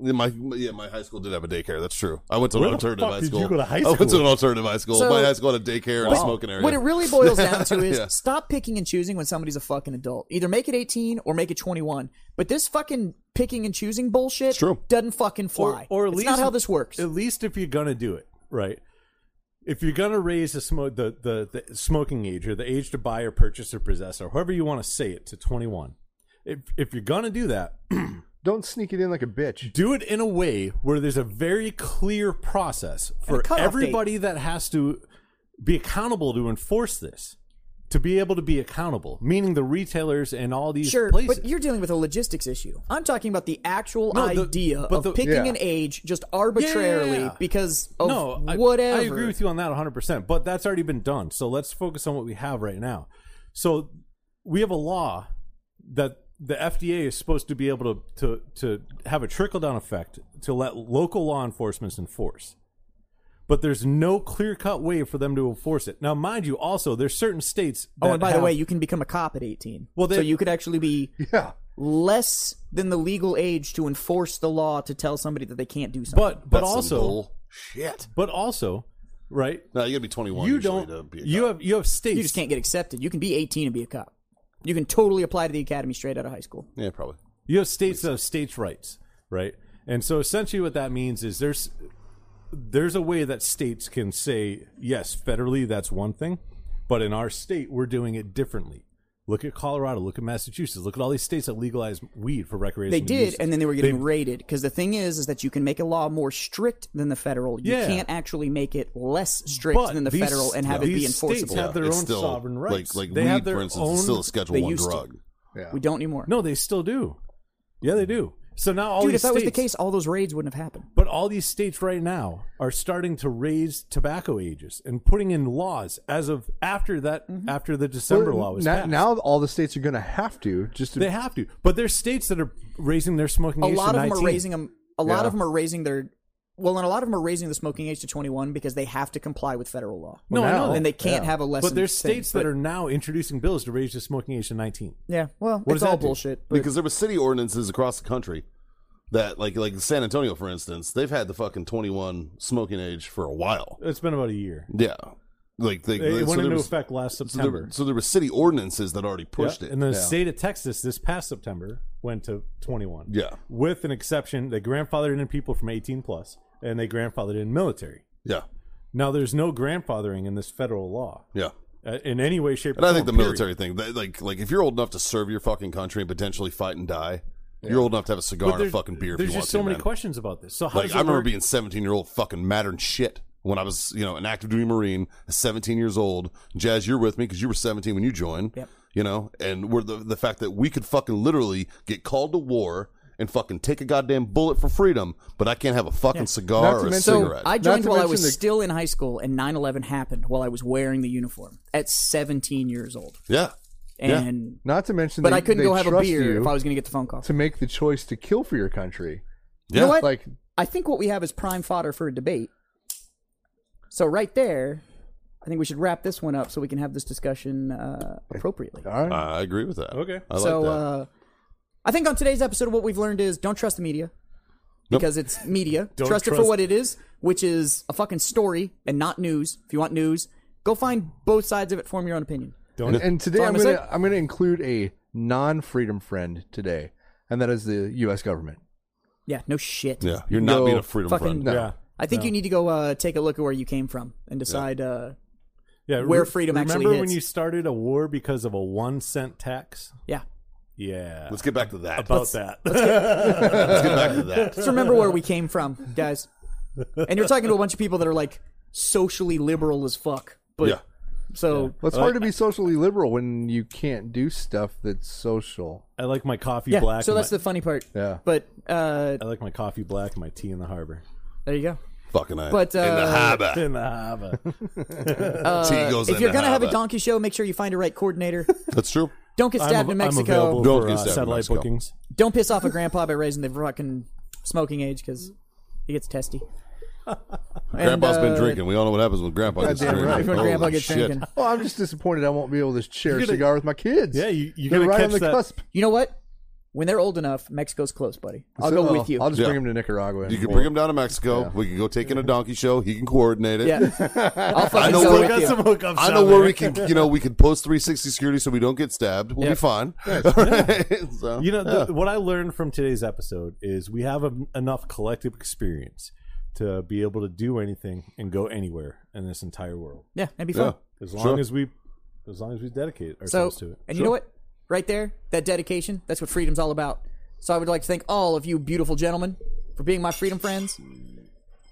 S1: Yeah, my yeah, my high school did have a daycare. That's true. I went to
S4: Where
S1: an
S4: the
S1: alternative
S4: fuck
S1: high
S4: did
S1: school.
S4: you go to high
S1: I went to
S4: school?
S1: an alternative high school.
S2: So-
S1: my high school had a daycare and a
S2: But
S1: smoking area.
S2: Oh, What it really boils down to is
S1: Yeah.
S2: stop picking and choosing when somebody's a fucking adult. Either make it 18 or make it 21. But this fucking picking and choosing bullshit
S1: true.
S2: doesn't fucking fly.
S4: Or, or at
S2: it's
S4: least
S2: not how this works.
S4: At least if you're gonna do it right, if you're gonna raise the smoke the, the the smoking age or the age to buy or purchase or possess or however you want to say it to 21. If if you're gonna do that,
S3: Don't sneak it in like a bitch.
S4: do it in a way where there's a very clear process
S2: a
S4: for
S2: cutoff date.
S4: everybody that has to be accountable to enforce this. To be able to be accountable, meaning the retailers and all these
S2: Sure,
S4: places.
S2: but you're dealing with a logistics issue. I'm talking about the actual
S4: No, the-
S2: idea
S4: but
S2: of
S4: the-
S2: picking
S3: Yeah.
S2: an age just arbitrarily
S4: Yeah.
S2: because of
S4: no, I,
S2: whatever.
S4: I agree with you on that 100%, but that's already been done. So let's focus on what we have right now. So we have a law that the FDA is supposed to be able to to, to have a trickle down effect to let local law enforcement enforce. But there's no clear cut way for them to enforce it. Now, mind you, also there's certain states. That
S2: Oh, and by
S4: have-
S2: the way, you can become a cop at 18.
S4: Well, they-
S2: so you could actually be
S3: Yeah.
S2: less than the legal age to enforce the law to tell somebody that they can't do something.
S4: but but
S1: That's some
S4: also
S1: bullshit.
S4: but also right.
S1: No, you got to be 21.
S4: You
S1: usually
S4: don't.
S1: To be a
S4: You
S1: cop.
S4: have you have states.
S2: You just can't get accepted. You can be 18 and be a cop. You can totally apply to the academy straight out of high school.
S1: yeah, probably.
S4: You have states that have states' rights, right? And so essentially, what that means is there's there's a way that states can say yes, federally that's one thing, but in our state we're doing it differently. Look at Colorado. Look at Massachusetts. Look at all these states that legalized weed for recreational.
S2: They did,
S4: use.
S2: and then they were getting
S4: They-
S2: raided because the thing is, is that you can make a law more strict than the federal. You
S4: Yeah.
S2: can't actually make it less strict
S4: But
S2: than the
S4: these-
S2: federal and have it be
S4: these states
S2: enforceable.
S4: have their
S1: It's
S4: own
S1: still,
S4: sovereign rights.
S1: Like, like
S4: They
S1: weed,
S4: have their
S1: for instance, is
S4: own-
S1: still a Schedule
S2: they
S1: One
S2: used to.
S1: drug.
S3: Yeah.
S2: we don't anymore.
S4: No, they still do. Yeah, they do. So now all
S2: dude, if
S4: these
S2: that was the
S4: states-
S2: case, all those raids wouldn't have happened.
S4: But all these states right now are starting to raise tobacco ages and putting in laws as of after that
S1: Mm-hmm.
S4: after the December law was
S3: now,
S4: passed.
S3: now all the states are going to have to just to
S4: they have to, but there's states that are raising their smoking
S2: A
S4: age.
S2: lot
S4: to
S2: of them are
S4: 19.
S2: raising them. A lot
S3: Yeah.
S2: of them are raising their. Well, and a lot of them are raising the smoking age to 21 because they have to comply with federal law.
S4: No, I
S3: Well,
S4: know
S3: now-
S4: that.
S2: and they can't
S3: Yeah.
S2: have a less.
S4: but there's states that are now introducing bills to raise the smoking age to 19.
S2: Yeah, well,
S4: What
S2: it's
S4: does that
S2: all
S4: do?
S2: bullshit. But
S1: Because there were city ordinances across the country that, like, like San Antonio, for instance, they've had the fucking 21 smoking age for a while.
S4: It's been about a year.
S1: Yeah. Like, they,
S4: It
S1: so
S4: went
S1: there
S4: into
S1: was-
S4: effect last
S1: so there,
S4: September.
S1: were, so there were city ordinances that already pushed
S4: Yeah,
S1: it.
S4: And the state of Texas this past September went to 21.
S1: Yeah.
S4: With an exception, they grandfathered in people from 18 plus and they grandfathered in military.
S1: yeah.
S4: Now, there's no grandfathering in this federal law
S1: Yeah.
S4: uh, in any way, shape, or
S1: And I think the
S4: form, period.
S1: military thing, that, like, like if you're old enough to serve your fucking country and potentially fight and die, you're old enough to have a cigar and a
S4: there's-
S1: fucking beer if you
S4: There's
S1: want
S4: just
S1: to.
S4: so many
S1: man.
S4: questions about this. So how
S1: Like
S4: does
S1: I
S4: it
S1: remember
S4: work?
S1: being 17 year old fucking mattering shit when I was, you know, an active duty Marine, 17 years old. Jazz, you're with me because you were 17 when you joined.
S2: Yep.
S1: You know, and we're the the fact that we could fucking literally get called to war and fucking take a goddamn bullet for freedom, but I can't have a fucking
S3: Not
S1: cigar
S3: to
S1: or a
S3: mention-
S2: So
S1: cigarette.
S2: I
S3: Not
S2: joined
S3: to
S2: while I
S3: mention
S2: was
S3: the-
S2: still in high school, and 9/11 happened while I was wearing the uniform at 17 years old.
S1: yeah. Yeah.
S2: And
S3: not to mention
S2: but
S3: they,
S2: I couldn't
S3: they
S2: go have a
S3: trust
S2: beer
S3: you
S2: if I was going to get the phone call.
S3: to make the choice to kill for your country.
S1: Yeah.
S2: You know what?
S3: Like
S2: I think what we have is prime fodder for a debate. So right there, I think we should wrap this one up so we can have this discussion uh, appropriately.
S3: all right.
S1: I agree with that.
S4: Okay.
S1: I like
S2: so
S1: that.
S2: uh, I think on today's episode, what we've learned is don't trust the media because it's media.
S4: Don't
S2: trust, it for
S4: trust-
S2: what it is, which is a fucking story and not news. If you want news, go find both sides of it, form your own opinion.
S3: And, and today
S2: That's all
S3: I'm
S2: I'm gonna
S3: gonna I'm gonna include a non-freedom friend today, and that is the U.S. government.
S2: Yeah, no shit.
S1: yeah. You're not
S3: No,
S1: being a freedom
S2: fucking
S1: friend.
S3: No.
S4: yeah,
S2: I think you need to go uh, take a look at where you came from and decide. Uh,
S4: yeah.
S2: Where
S4: Re-
S2: freedom
S4: remember
S2: actually
S4: when
S2: hits.
S4: you started a war because of a one cent tax?
S2: yeah,
S4: Yeah,
S1: Let's get back to that.
S4: about that.
S1: Let's get back to that.
S2: just remember where we came from, guys. And you're talking to a bunch of people that are like socially liberal as fuck. But
S1: Yeah.
S2: so
S3: Well, it's hard to be socially liberal when you can't do stuff that's social.
S4: I like my coffee
S2: yeah,
S4: black.
S2: so
S4: and
S2: that's
S4: my,
S2: the funny part.
S3: Yeah.
S2: But uh,
S4: I like my coffee black and my tea in the harbor.
S2: there you go.
S1: Fucking I.
S2: But,
S1: in the
S2: uh,
S1: harbor.
S4: In the harbor.
S1: Tea goes
S2: If
S1: in
S2: you're
S1: the
S2: gonna have a
S1: harbor.
S2: donkey show, make sure you find a right coordinator.
S1: That's true.
S2: Don't get stabbed
S4: I'm,
S2: in
S4: I'm available
S2: Mexico.
S1: Don't
S4: for,
S1: get
S4: uh,
S1: stabbed in
S4: satellite
S1: Mexico.
S4: bookings.
S2: Don't piss off a grandpa by raising the fucking smoking age because he gets testy. And,
S1: Grandpa's been
S2: uh,
S1: drinking. We all know what happens when Grandpa gets
S3: Goddamn
S1: drinking.
S3: right.
S2: When
S1: Holy
S2: grandpa gets
S1: shit.
S2: drinking.
S3: Well, I'm just disappointed I won't be able to share a
S4: gotta-
S3: cigar with my kids.
S4: Yeah, you- you
S3: They're
S4: gotta
S3: right
S4: catch
S3: on the
S4: that-
S3: cusp.
S2: You know what? When they're old enough, Mexico's close, buddy. I'll
S3: So,
S4: Oh.
S2: go with you.
S3: I'll just bring
S1: Yeah.
S3: him to Nicaragua.
S1: You can bring him down to Mexico. We can go take in a donkey show. He can coordinate it.
S2: yeah, I'll fucking
S1: know
S2: go
S1: where-
S2: with you.
S4: hookups.
S1: I know where we can, you know, we can post 360 security so we don't get stabbed. We'll
S2: Yeah.
S1: be fine. Alright, so,
S4: You know, the, what I learned from today's episode is we have a, enough collective experience to be able to do anything and go anywhere in this entire world,
S2: Yeah, that'd be fun.
S1: yeah.
S4: as
S1: Sure.
S4: long as we, as long as we dedicate
S2: So,
S4: ourselves to it.
S2: and you know what? Right there, that dedication, that's what freedom's all about. So I would like to thank all of you beautiful gentlemen for being my freedom friends.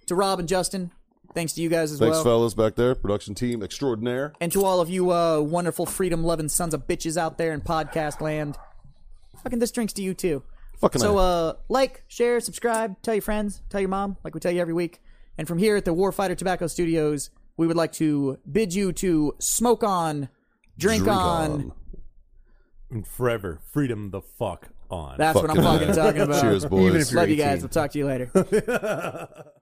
S2: To Rob and Justin, thanks to you guys as
S1: Thanks,
S2: well.
S1: fellas, back there. Production team extraordinaire.
S2: And to all of you uh, wonderful freedom loving sons of bitches out there in podcast land, fucking this drinks to you too.
S1: Fucking
S2: So
S1: hell.
S2: uh, like, share, subscribe, tell your friends, tell your mom, like we tell you every week. And from here at the Warfighter Tobacco Studios, we would like to bid you to smoke on, drink,
S1: Drink
S2: on.
S4: And forever, freedom the fuck on.
S2: That's what I'm
S1: Fucking
S2: fucking talking about.
S1: Cheers, boys.
S3: Even if you're
S2: Love you guys.
S3: 18.
S2: We'll talk to you later.